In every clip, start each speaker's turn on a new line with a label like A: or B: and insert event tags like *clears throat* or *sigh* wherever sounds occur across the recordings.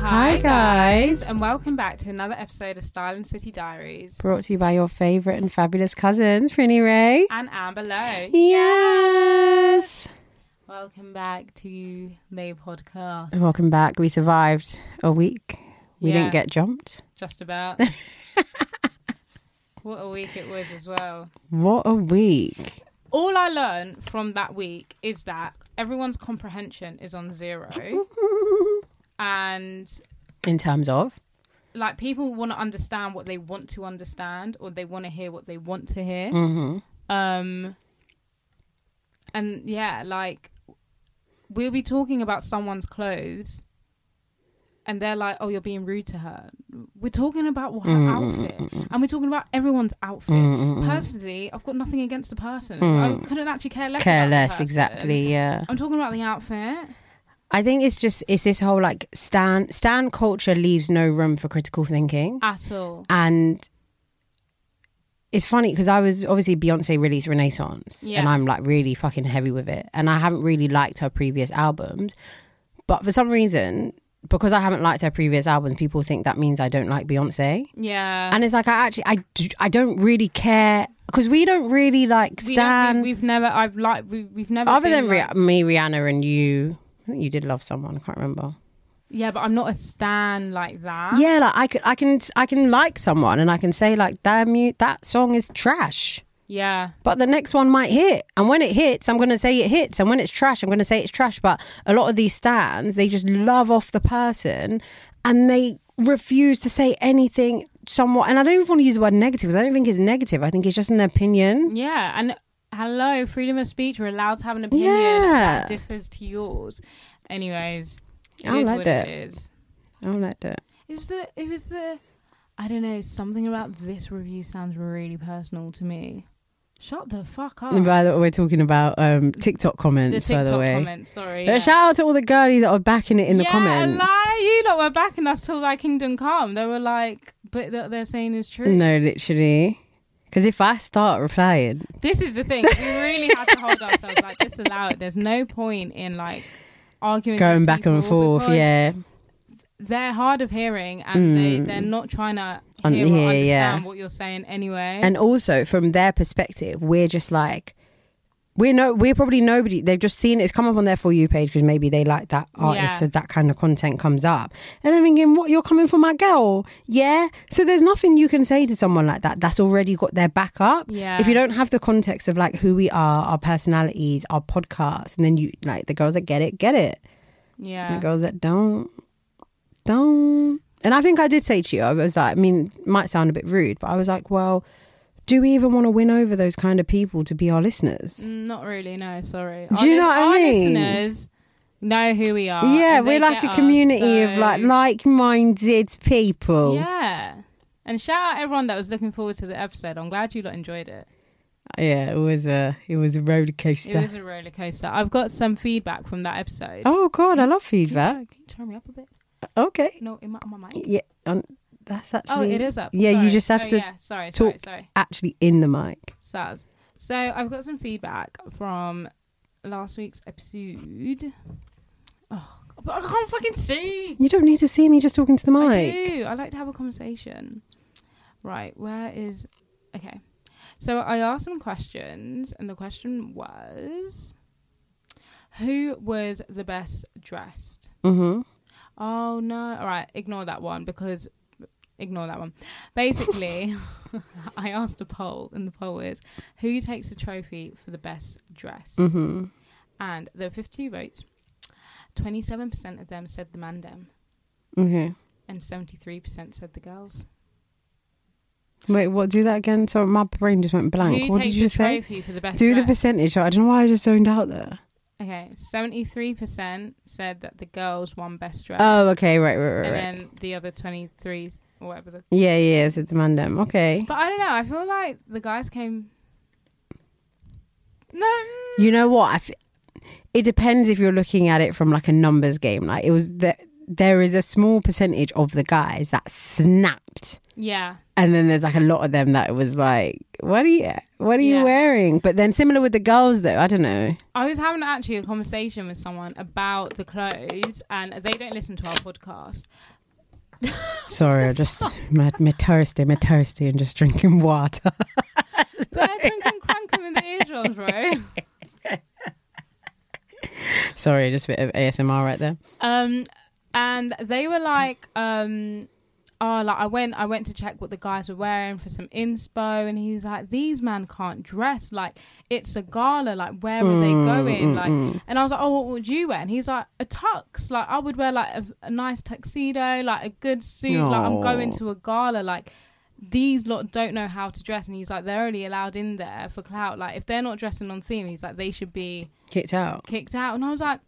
A: Hi, guys.
B: and welcome back to another episode of Style and City Diaries.
A: Brought to you by your favorite and fabulous cousin, Trini Ray.
B: And Amber Lowe.
A: Yes.
B: Welcome back to the podcast.
A: And Welcome back. We survived a week. We
B: Yeah.
A: didn't get jumped.
B: Just
A: *laughs*
B: about. what a week it was as well.
A: What
B: *laughs*
A: a week.
B: All I learned from that week is that everyone's comprehension is on
A: *laughs*
B: zero, and
A: In terms of
B: like people want to understand what they want to understand or they want to hear what they want to hear.
A: Mm-hmm.
B: Um, and yeah, like we'll be talking about someone's clothes, and they're like, "Oh, you're being rude to her." We're talking about
A: Mm,
B: her outfit, and we're talking about everyone's outfit.
A: Mm-hmm,
B: Personally, I've got nothing against the person. I couldn't actually care less.
A: Mm. care
B: about the
A: less,
B: person.
A: exactly. Yeah.
B: I'm talking about the outfit.
A: I think it's just it's this whole like stand stand culture leaves no room for critical thinking.
B: At all.
A: and it's funny because I was obviously Beyonce released Renaissance,
B: Yeah.
A: and I'm like really fucking heavy with it, and I haven't really liked her previous albums, but for some reason, because I haven't liked her previous albums, people think that means I don't like Beyonce,
B: Yeah.
A: and it's like I actually I do, I don't really care because we don't really like
B: We don't-
A: Stan
B: We, have never. I've like. We, we've never.
A: other
B: been
A: than
B: like-
A: Rih- me, Rihanna, and you. I think you did love someone. I can't remember.
B: Yeah, but I'm not a stan like that.
A: Yeah, like I can, I can, I can like someone, and I can say like, "Damn you, that song is trash."
B: Yeah.
A: but the next one might hit. And when it hits, I'm going to say it hits. And when it's trash, I'm going to say it's trash. But a lot of these stands, they just love off the person and they refuse to say anything somewhat. And I don't even want to use the word negative because I don't think it's negative. I think it's just an opinion.
B: Yeah. And hello, freedom of speech. We're allowed to have an opinion
A: Yeah.
B: that differs to yours. Anyways, Mm, it
A: I
B: is
A: like
B: what
A: that.
B: it is.
A: I don't like that.
B: It was the. It was the. I don't know. Something about this review sounds really personal to me. Shut the fuck up.
A: And by the way, we're talking about um, TikTok
B: Oh. the
A: comments, by
B: TikTok
A: the way.
B: comments. Sorry.
A: But Shout out to all the girlies that are backing it in the
B: yeah,
A: comments.
B: lie. You lot were backing us till thy kingdom come. They were like, but that they're saying is true.
A: No, literally. Because if I start replying,
B: This is the thing. We really have to hold ourselves like just allow it. There's no point in like arguing, with
A: going back and
B: people
A: forth,
B: because
A: yeah.
B: they're hard of hearing and they they're not trying to hear
A: Mm. Un-
B: or
A: yeah,
B: understand
A: yeah.
B: what you're saying anyway.
A: and also from their perspective, we're just like we're no we're probably nobody. They've just seen it's come up on their for you page because maybe they like that artist,
B: Yeah.
A: so that kind of content comes up. And I'm thinking, what you're coming for my girl, yeah. So there's nothing you can say to someone like that that's already got their back up.
B: Yeah.
A: If you don't have the context of like who we are, our personalities, our podcast, and then you like the girls that get it, get it.
B: yeah,
A: And the girls that don't, don't. And I think I did say to you, I was like, I mean, it might sound a bit rude, but I was like, well, do we even want to win over those kind of people to be our listeners?
B: Mm, not really. No, sorry.
A: Do you know what I
B: our
A: mean?
B: Listeners know who we are.
A: yeah,
B: uh, and they
A: we're like
B: get
A: a
B: us,
A: community of
B: so-
A: like like-minded people.
B: yeah. And shout out everyone that was looking forward to the episode. I'm glad you lot enjoyed it.
A: Yeah, it was a it was a roller coaster.
B: It was a roller coaster. I've got some feedback from that episode.
A: oh God, I love
B: Can you turn-
A: feedback.
B: Can you turn me up a bit?
A: Okay,
B: No, am I on my mic?
A: yeah, um, that's
B: Oh,
A: actually
B: it is up.
A: yeah, you
B: Sorry.
A: just have
B: Oh,
A: to
B: Yeah, sorry,
A: talk.
B: sorry,
A: actually in the mic.
B: sorry. Saz. So I've got some feedback from last week's episode. Oh, but I can't fucking see.
A: You don't need to see me just talking to the mic.
B: I do. I like to have a conversation. Right, where is okay. So I asked some questions and the question was who was the best dressed?
A: Mm-hmm.
B: Oh no. All right, ignore that one because ignore that one. Basically, *laughs* I asked a poll and the poll is who takes the trophy for the best dress?
A: Mm-hmm.
B: And there were 52 votes. 27% of them said the mandem
A: Okay.
B: and 73% said the girls.
A: Wait, what? Do that again. So my brain just went blank.
B: Who
A: what did
B: takes
A: you
B: the
A: say?
B: trophy for the best
A: Do the
B: dress?
A: percentage. I don't know why I just zoned out there.
B: Okay, 73% said that the girls won best dress.
A: Oh, okay, right, right, right,
B: and then
A: right.
B: the other 23 or whatever the
A: yeah, yeah, it's at the mandem. Okay.
B: But I don't know. I feel like the guys came. No. mm.
A: You know what? I f- it depends if you're looking at it from like a numbers game. Like it was the there is a small percentage of the guys that snapped
B: Yeah.
A: and then there's like a lot of them that was like, "What are you? What are
B: Yeah.
A: you wearing?" But then similar with the girls, though. I don't know.
B: I was having actually a conversation with someone about the clothes, and they don't listen to our podcast.
A: Sorry,
B: *laughs*
A: I just my, my thirsty, my thirsty, and just drinking water.
B: They're cranking, cranking in the eardrums, bro.
A: Sorry, just a bit of ASMR right there.
B: Um, and they were like, um, oh, like I went, I went to check what the guys were wearing for some inspo, and he's like, these man can't dress. Like it's a gala. Like where were
A: Mm,
B: they going? Like, and I was like, oh, what would you wear? And he's like, a tux. Like I would wear like a, a nice tuxedo, like a good suit. Like I'm
A: Aw.
B: going to a gala. Like. These lot don't know how to dress, and he's like, they're only allowed in there for clout. Like, if they're not dressing on theme, he's like, they should be
A: Kicked out.
B: kicked out, and I was like,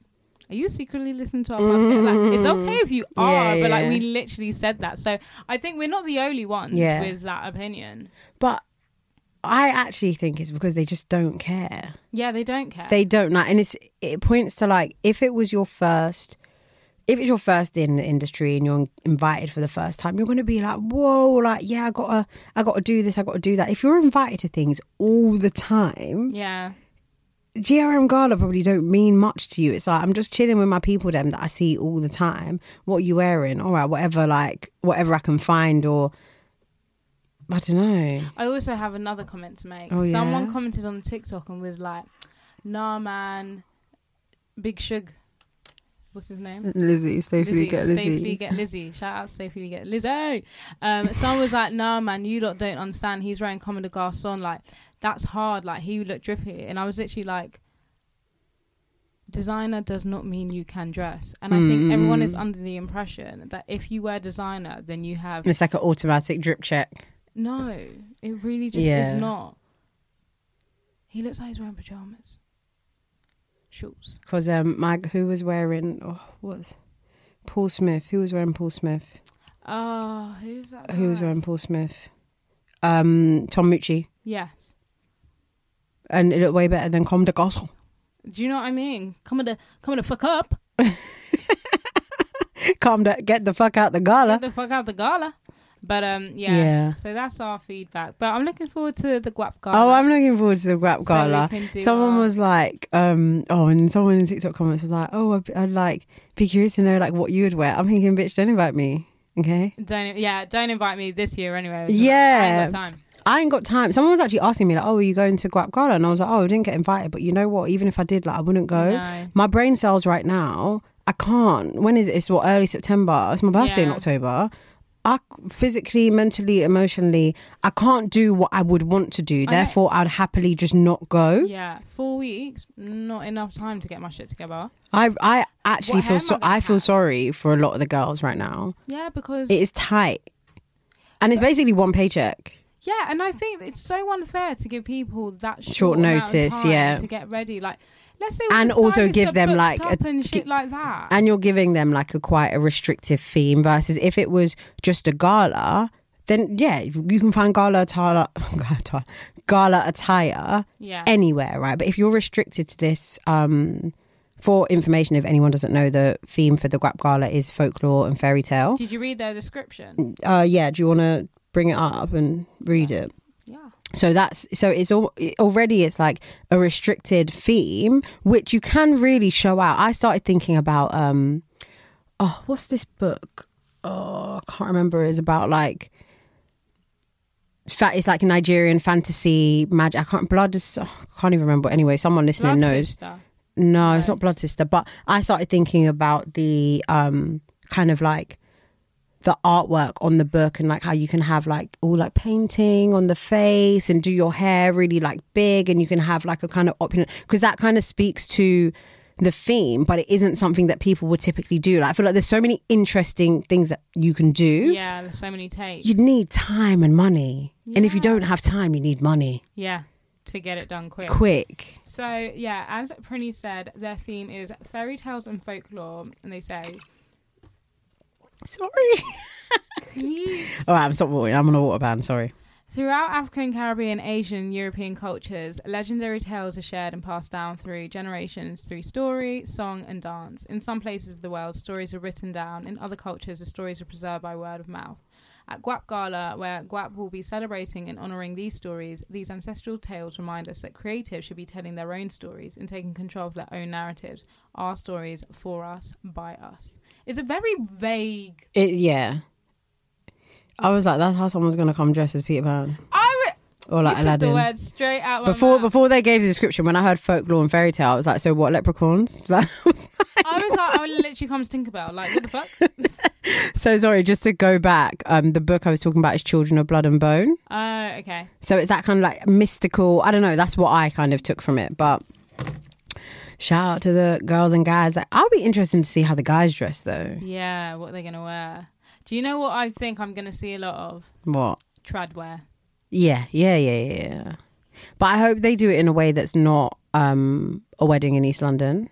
B: "Are you secretly listening to our podcast? Like, it's okay if you are,
A: Mm. Yeah,
B: but like
A: yeah.
B: we literally said that, so I think we're not the only ones
A: Yeah.
B: with that opinion.
A: But I actually think it's because they just don't care.
B: Yeah, they don't care.
A: They don't like, and it's it points to like if it was your first. If it's your first day in the industry and you're invited for the first time, you're going to be like, "Whoa, like yeah, I gotta, I gotta do this, I gotta do that." If you're invited to things all the time,
B: yeah,
A: GRM Gala probably don't mean much to you. It's like I'm just chilling with my people them that I see all the time. What are you wearing? All right, whatever like whatever I can find or I don't know.
B: I also have another comment to make.
A: Oh,
B: Someone
A: yeah?
B: commented on TikTok and was like, "Nah, man, Big Shug, what's his name?"
A: Lizzie, safely
B: Lizzie, safely get Lizzie. Shout out safely get Lizzie. Um, someone was like, "Nah, man, you lot don't understand. He's wearing Comme des Garçons. Like that's hard. Like he looked drippy." And I was literally like, "Designer does not mean you can dress." And I think everyone is under the impression that if you wear designer, then you have
A: It's like an automatic drip check.
B: no. It really just is
A: Yeah.
B: not. He looks like he's wearing pajamas, shorts.
A: Cause um Mag who was wearing oh what Paul Smith. Who was wearing Paul Smith?
B: Oh, who's that?
A: Who was
B: guy?
A: wearing Paul Smith? Um Tom Mucci.
B: Yes.
A: And it looked way better than Comme des *laughs* Garçons.
B: Do you know what I mean? Coming to coming to fuck up.
A: Come to get the fuck out the gala.
B: Get the fuck out the gala. But um yeah.
A: Yeah.
B: So that's our feedback. But I'm looking forward to the guap gala.
A: Oh, I'm looking forward to the Grap
B: So we
A: Gala.
B: can do
A: someone
B: our-
A: was like, um, oh, and someone in TikTok comments was like, oh, I'd, I'd like be curious to know like what you would wear. I'm thinking, bitch, don't invite me. Okay,
B: don't yeah, don't invite me this year anyway. I
A: Yeah.
B: ain't got time.
A: I ain't got time. Someone was actually asking me like, oh, are you going to Grap Gala? And I was like, oh, I didn't get invited, but you know what? Even if I did, like, I wouldn't go.
B: No.
A: My brain cells right now, I can't. When is it? It's what early September. It's my birthday in
B: Yeah.
A: October. I c- physically, mentally, emotionally, I can't do what I would want to do.
B: know.
A: Therefore, I'd happily just not go.
B: Yeah. Four weeks, not enough time to get my shit together.
A: I I actually
B: What hair
A: feel
B: am
A: so
B: I gonna
A: I feel
B: have?
A: sorry for a lot of the girls right now.
B: Yeah, because
A: It is tight. And it's basically one paycheck.
B: Yeah, and I think it's so unfair to give people that short,
A: Short
B: amount of
A: notice,
B: time
A: yeah.
B: to get ready. Like let's say
A: And
B: all the
A: also
B: stylists
A: give
B: are
A: them,
B: booked
A: like, a-
B: up and shit like that.
A: And you're giving them like a quite a restrictive theme versus if it was just a gala, then yeah, you can find gala attire *laughs* gala attire
B: yeah.
A: anywhere, right? But if you're restricted to this, um for information, if anyone doesn't know, the theme for the Guap Gala is folklore and fairy tale.
B: Did you read their description?
A: Uh, yeah, do you want to bring it up and read it?
B: Yeah.
A: So that's so it's all already it's like a restricted theme which you can really show out. I started thinking about um oh what's this book? Oh, I can't remember. It's about like fa- it's like Nigerian fantasy magic. I can't blood is oh, I can't even remember. Anyway, someone listening
B: Blood
A: knows.
B: Sister.
A: No, it's
B: No.
A: not Blood Sister. But I started thinking about the um kind of like the artwork on the book and like how you can have like all like painting on the face and do your hair really like big and you can have like a kind of opulent because that kind of speaks to the theme, but it isn't something that people would typically do. Like I feel like there's so many interesting things that you can do.
B: Yeah, there's so many tapes.
A: You need time and money. And if you
B: Yeah.
A: don't have time, you need money.
B: Yeah, to get it done quick.
A: Quick.
B: So, yeah, as Prinny said, their theme is fairy tales and folklore, and they say,
A: Sorry.
B: "Please,
A: *laughs* All right, I'm stop watering. I'm on a water ban. Sorry.
B: Throughout African, Caribbean, Asian, and European cultures, legendary tales are shared and passed down through generations through story, song, and dance. In some places of the world, stories are written down. In other cultures, the stories are preserved by word of mouth. At Guap Gala, where Guap will be celebrating and honouring these stories, these ancestral tales remind us that creatives should be telling their own stories and taking control of their own narratives, our stories for us, by us. It's a very vague.
A: It, yeah. I was like, that's how someone's gonna come dressed as Peter Pan
B: I re-
A: or like
B: you took the
A: Aladdin.
B: words straight out my
A: Before
B: mouth.
A: before they gave the description, when I heard folklore and fairy tale, I was like, so what leprechauns? *laughs* Like, I was like-
B: I was
A: *laughs*
B: like, I literally comes Tinkerbell. Like, what the fuck?
A: so sorry, just to go back, um, the book I was talking about is Children of Blood and Bone.
B: Oh, okay.
A: So it's that kind of like mystical. I don't know. That's what I kind of took from it. But shout out to the girls and guys. Like, I'll be interested to see how the guys dress though.
B: Yeah, what they're gonna wear. Do you know what I think I'm gonna see a lot of?
A: What?
B: Trad wear.
A: Yeah, yeah, yeah, yeah. yeah. But I hope they do it in a way that's not um, a wedding in East London.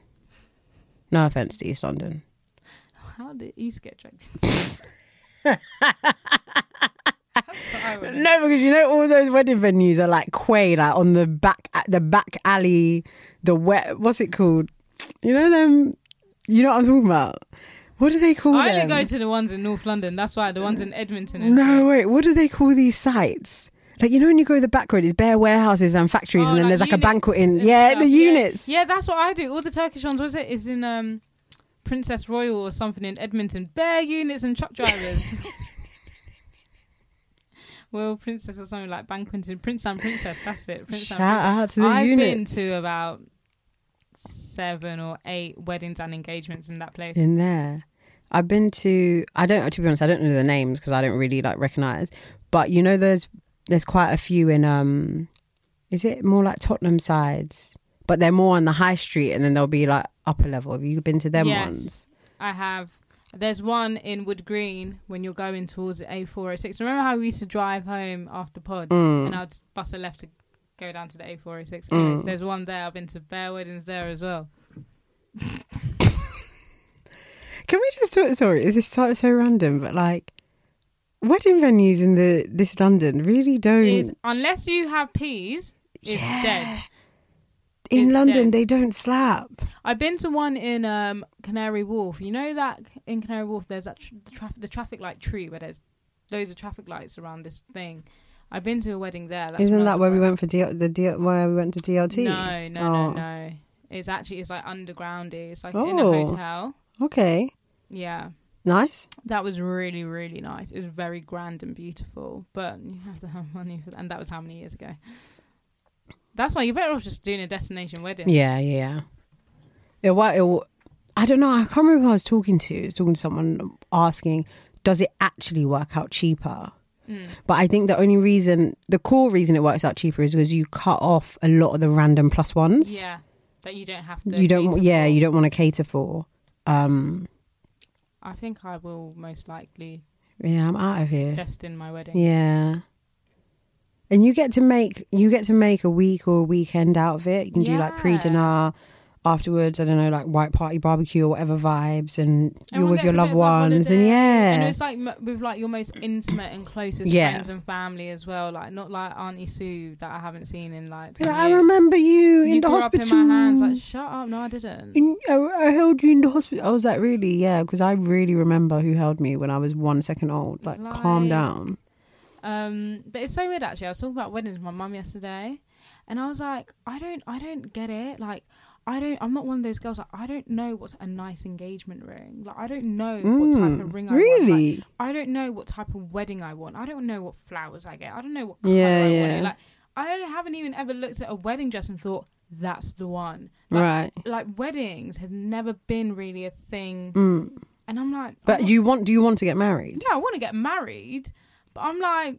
A: No offense to East London.
B: How did East get dragged?
A: *laughs* *laughs* No, because you know all those wedding venues are like quay, like on the back, the back alley, the wet. What's it called? You know them. You know what I'm talking about. What do they call
B: I
A: them?
B: only go to the ones in North London. That's why the ones in Edmonton. And
A: No, wait. What do they call these sites? Like you know when you go the back road, it's bare warehouses and factories,
B: Oh,
A: and then there's like a
B: units
A: banquet in.
B: and
A: Yeah,
B: stuff,
A: the units.
B: Yeah, that's what I do. All the Turkish ones, was it? Is in um, Princess Royal or something in Edmonton. Bare units and truck
A: *laughs*
B: drivers. well, Princess or something like banqueting. Prince and Princess. That's it. Prince
A: Shout
B: and
A: out to the
B: Princess. I've
A: units
B: been to about seven or eight weddings and engagements in that place.
A: in there. I've been to. I don't. To be honest, I don't know the names because I don't really like recognize. But you know, there's there's quite a few in. um Is it more like Tottenham sides? But they're more on the high street, and then they'll be like upper level. Have you been to them
B: yes,
A: ones?
B: I have. There's one in Wood Green when you're going towards A406. Remember how we used to drive home after pod
A: Mm.
B: and I'd bus a left to go down to the A406?
A: Mm.
B: Anyways, There's one there. I've been to bear weddings there as well.
A: Can we just talk? Sorry, this is so so random, but like wedding venues in the this London really don't.
B: Is, unless you have peas, it's dead.
A: in
B: it's
A: London,
B: dead.
A: they don't slap.
B: I've been to one in um, Canary Wharf. You know that in Canary Wharf, there's that tr- the, traf- the traffic light tree where there's loads of traffic lights around this thing. I've been to a wedding there. That's
A: Isn't
B: another
A: that where we
B: one.
A: went for D- the D- where we went to DLT?
B: No, no, no,
A: Oh.
B: no. It's actually it's like undergroundy. It's like in a
A: Oh.
B: hotel.
A: Okay,
B: Yeah,
A: nice.
B: that was really really nice. It was very grand and beautiful, but you have to have money for that. And that was how many years ago. That's why you're better off just doing a destination wedding.
A: Yeah, yeah. It, wa- it, wa- I don't know. I can't remember who I was talking to. I was talking to someone asking, does it actually work out cheaper?
B: Mm.
A: But I think the only reason, the core reason it works out cheaper is because you cut off a lot of the random plus ones.
B: Yeah, that you don't have to.
A: you don't.
B: cater
A: want- Yeah,
B: for.
A: you don't want to cater for. Um,
B: I think I will most likely
A: yeah, I'm out of here.
B: destin my wedding.
A: Yeah. And you get to make you get to make a week or a weekend out of it. You can do like pre dinner afterwards, I don't know, like white party barbecue or whatever vibes and you're
B: Everyone
A: with
B: gets
A: your
B: a bit
A: loved
B: of a
A: ones and
B: holiday.
A: yeah.
B: And it's like m- with like your most intimate and closest
A: Yeah.
B: friends and family as well. Like not like Auntie Sue that I haven't seen in like.
A: Be
B: 10
A: like, I
B: years.
A: remember you,
B: you
A: in the
B: grew
A: hospital.
B: up in my hands. Like shut up. No, I didn't.
A: In- I, I held you in the hospital. I was like, really? Yeah, because I really remember who held me when I was one second old. Like, calm
B: Like-
A: down.
B: Um, but it's so weird actually. I was talking about weddings with my mum yesterday, and I was like, I don't, I don't get it. Like, I don't. I'm not one of those girls. Like, I don't know what's a nice engagement ring. Like, I don't know what type
A: Mm,
B: of ring I want. Like,
A: really?
B: I don't know what type of wedding I want. I don't know what flowers I get. I don't know what color
A: Yeah,
B: I
A: yeah.
B: want. Like, I don't- haven't even ever looked at a wedding dress and thought that's the one. Like,
A: right.
B: Like weddings has never been really a thing,
A: Mm.
B: and I'm like,
A: But
B: I'm
A: you want? Do you want to get married?
B: yeah, I want to get married, but I'm like,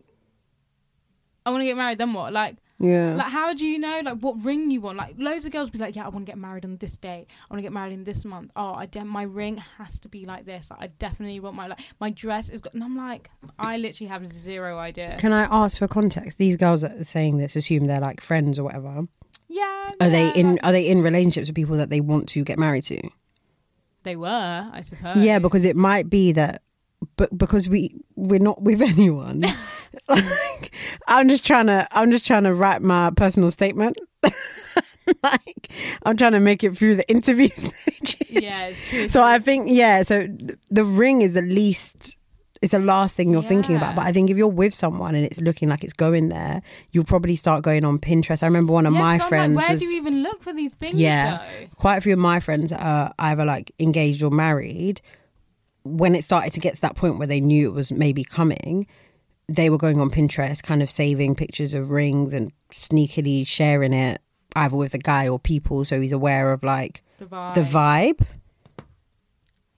B: I want to get married. Then what? Like,
A: Yeah.
B: like how do you know like what ring you want? Like, loads of girls be like, yeah, I want to get married on this day. I want to get married in this month. Oh, I de- my ring has to be like this. Like, I definitely want my like my dress is got. And I'm like, I literally have zero idea.
A: Can I ask for context? These girls that are saying this assume they're like friends or whatever. Are
B: yeah,
A: they
B: yeah,
A: in
B: like-
A: are they in relationships with people that they want to get married to?
B: they were, I suppose.
A: Oh. Yeah, because it might be that but because we we're not with *laughs* anyone. like, I'm just trying to I'm just trying to write my personal statement. *laughs* like I'm trying to make it through the interview *laughs* stages.
B: *laughs* yeah, it's true.
A: *laughs* So I think yeah. So th- the ring is the least. It's the last thing you're thinking about.
B: Yeah.
A: But I think if you're with someone and it's looking like it's going there, you'll probably start going on Pinterest. I remember one of
B: Yeah, 'cause
A: my
B: I'm like,
A: friends
B: where
A: was
B: do you even look for these things?
A: yeah
B: though?
A: quite a few of my friends are either like engaged or married when it started to get to that point where they knew it was maybe coming they were going on pinterest kind of saving pictures of rings and sneakily sharing it either with the guy or people so he's aware of like
B: the vibe.
A: the vibe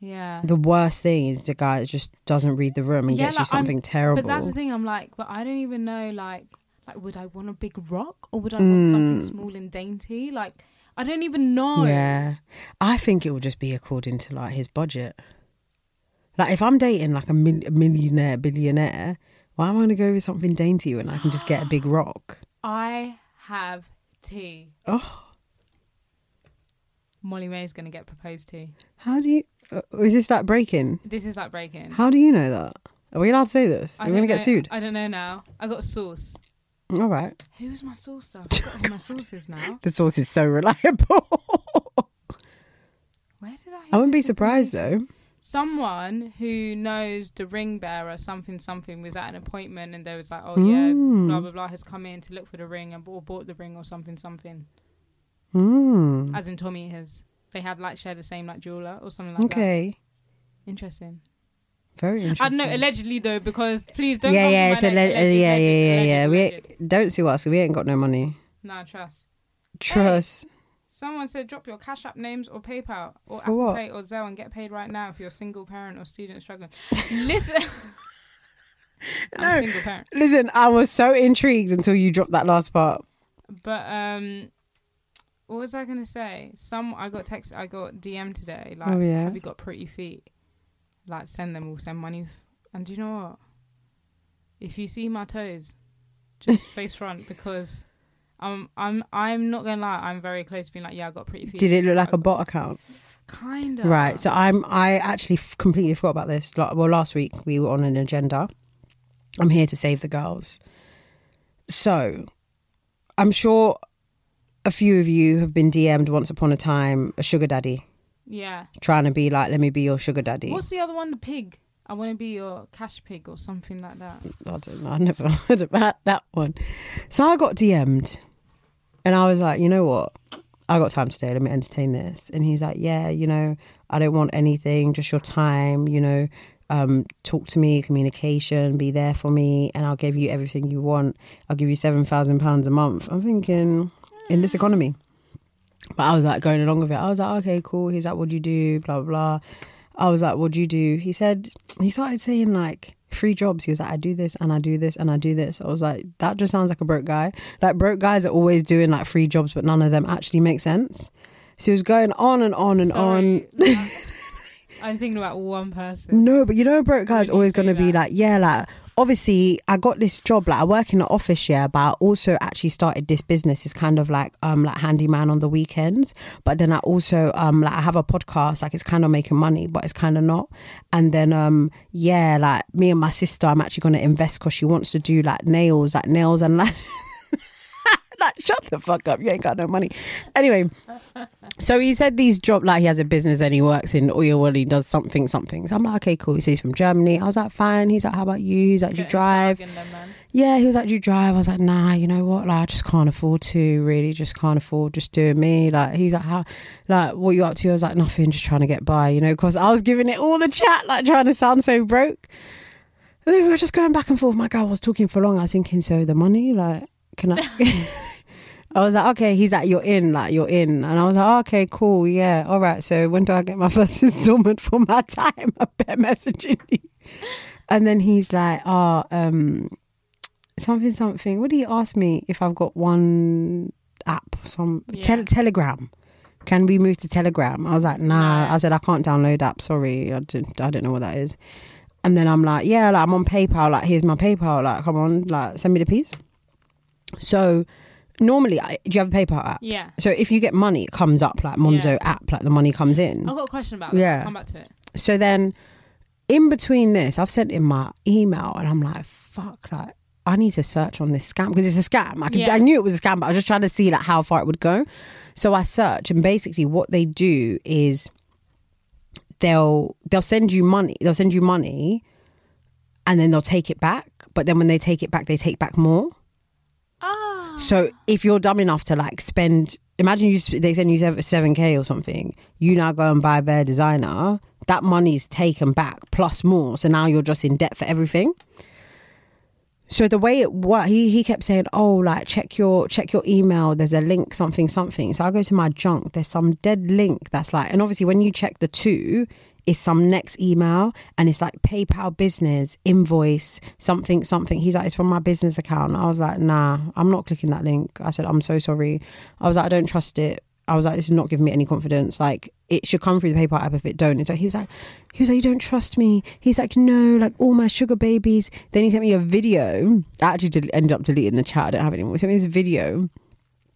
B: Yeah.
A: the worst thing is the guy that just doesn't read the room and
B: Yeah,
A: gets you
B: like, I'm-
A: something terrible
B: But that's the thing. I'm like, but I don't even know. Like, like, would I want a big rock or would I want something small and dainty? Like, I don't even know.
A: Mm. Yeah. I think it will just be according to like his budget. Like if I'm dating like a, mil- a millionaire, billionaire, why am I going to go with something dainty when I can just get a big rock?
B: I have tea.
A: Oh,
B: Molly May is gonna get proposed to.
A: how do you uh, is this like breaking?
B: This is like breaking.
A: How do you know that? Are we allowed to say this?
B: I
A: Are we going
B: don't
A: to get
B: know-
A: sued?
B: I don't know now. I got a source.
A: All right.
B: Who was my source? though? I forgot who my source is
A: *laughs*
B: now.
A: The source is so reliable.
B: Where did I? hear
A: I wouldn't be
B: this
A: surprised
B: information?
A: though.
B: someone who knows the ring bearer something something was at an appointment and they was like oh yeah
A: Mm.
B: blah blah blah has come in to look for the ring and or bought the ring or something something
A: Hmm.
B: as in tommy has they had like share the same like jeweler or something like that
A: Okay.
B: interesting
A: Very interesting.
B: i don't know allegedly though because please don't
A: yeah,
B: come
A: yeah,
B: for
A: it's
B: my
A: a
B: notes.
A: le-
B: Alleged,
A: yeah, yeah,
B: alleged,
A: yeah,
B: alleged,
A: yeah.
B: alleged.
A: We don't sue us. We ain't got no money.
B: nah trust
A: Trust.
B: someone said drop your cash app names or paypal or
A: For
B: apple
A: what?
B: pay or zelle and get paid right now if you're a single parent or student struggling *laughs* listen
A: No.
B: i'm a single parent
A: Listen, I was so intrigued until you dropped that last part.
B: But um, what was I gonna say? Some I got text, I got DM today. Like,
A: Oh, yeah.
B: have you got pretty feet? Like, send them. We'll send money. And do you know what? If you see my toes,
A: *laughs*
B: just face front because I'm I'm I'm not gonna lie. I'm very close to being like, yeah, I got pretty feet.
A: Did it look like a
B: I got-
A: bot account?
B: Kind of.
A: Right. So I'm. I actually f- completely forgot about this. Like, Well, last week we were on an agenda. I'm here to save the girls. So, I'm sure a few of you have been DM'd once upon a time a sugar daddy
B: Yeah.
A: trying to be like, let me be your sugar daddy.
B: What's the other one? The pig. I want to be your cash pig or something like that.
A: I don't know. I never *laughs* heard about that one. So I got DM'd and I was like, you know what? I got time today. Let me entertain this. And he's like, yeah, you know, I don't want anything, just your time, you know, um, talk to me, communication, be there for me, and I'll give you everything you want. I'll give you £7,000 a month. I'm thinking, in this economy. But I was like going along with it. I was like, okay, cool. He's like, what do you do? Blah, blah, blah. I was like, what do you do? He said, he started saying like free jobs. He was like, I do this and I do this and I do this. I was like, that just sounds like a broke guy. Like, broke guys are always doing like free jobs, but none of them actually make sense. So he was going on and on and
B: *laughs*
A: on. Mm,
B: Sorry,
A: *laughs*
B: that- I'm thinking about one person.
A: No, but you know, a broke guy's
B: you
A: always
B: say
A: going to be
B: that.
A: like, yeah, like, obviously, I got this job, like, I work in the office, yeah, but I also actually started this business. It's kind of like, um, like handyman on the weekends, but then I also, um, like, I have a podcast, like, it's kind of making money, but it's kind of not. And then, um, yeah, like, me and my sister, I'm actually going to invest because she wants to do like nails, like nails and like, *laughs* like, shut the fuck up. You ain't got no money. Anyway, so he said these job like he has a business and he works in oil and he does something, something. So I'm like, okay, cool. He says he's from Germany. I was like, fine. He's like, how about you? He's like, do you
B: Getting
A: drive?
B: tagged in them, man.
A: yeah, he was like, Do you drive? I was like, Nah, you know what? Like, I just can't afford to, really. Just can't afford just doing me. Like, he's like, How, like, what you up to? I was like, Nothing, just trying to get by, you know, because I was giving it all the chat, like, trying to sound so broke. And then we were just going back and forth. My guy was talking for long. I was thinking, So the money, like, can I? *laughs* I was like, okay, he's like, you're in, like, you're in. And I was like, oh, okay, cool, yeah, all right. So when do I get my *laughs* first installment for my time? *laughs* I bet messaging you. And then he's like, oh, um, something something what do you ask me if i've got one app some
B: Yeah.
A: tele- telegram can we move to telegram i was like nah
B: No.
A: i said i can't download app sorry i don't i don't know what that is and then i'm like yeah like i'm on paypal like here's my paypal like come on like send me the piece so normally I, do you have a paypal app
B: Yeah.
A: so if you get money it comes up like monzo
B: Yeah.
A: app like the money comes in
B: I've got a question about that.
A: Yeah.
B: Come back to it.
A: so then in between this, I've sent him my email and I'm like, fuck, like, I need to search on this scam because it's a scam. I, could,
B: Yeah.
A: I knew it was a scam, but I was just trying to see like how far it would go. So I search, and basically, what they do is they'll they'll send you money. They'll send you money, and then they'll take it back. But then when they take it back, they take back more.
B: Ah.
A: So if you're dumb enough to like spend, imagine you sp- they send you seven k or something. You now go and buy their designer. That money's taken back plus more. So now you're just in debt for everything. So the way it what he he kept saying, oh, like check your check your email. There's a link, something, something. So I go to my junk. There's some dead link that's like, and obviously when you check the two, it's some next email, and it's like PayPal business invoice, something, something. He's like, it's from my business account. I was like, nah, I'm not clicking that link. I said, I'm so sorry. I was like, I don't trust it. I was like, this is not giving me any confidence. Like, it should come through the PayPal app if it don't. And so he was like, he was like, you don't trust me. He's like, no, like all my sugar babies. Then he sent me a video. I actually did end up deleting the chat. I don't have it anymore. He sent me this video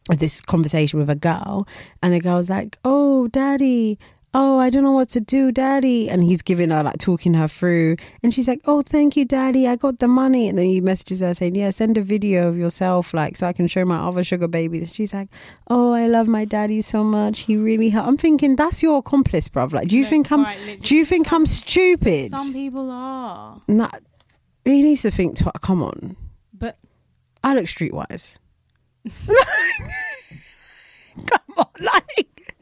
A: of this conversation with a girl, and the girl was like, oh, daddy. Oh, I don't know what to do, daddy. And he's giving her, like, talking her through. And she's like, Oh, thank you, daddy. I got the money. And then he messages her saying, Yeah, send a video of yourself, like, so I can show my other sugar babies. And she's like, Oh, I love my daddy so much. He really helped. I'm thinking, That's your accomplice, bruv. Like, do you
B: No,
A: think I'm
B: quite literally.
A: do you think I'm stupid?
B: Some people are,
A: Nah, he needs to think. twi- come on,
B: but
A: I look streetwise. *laughs* come on, like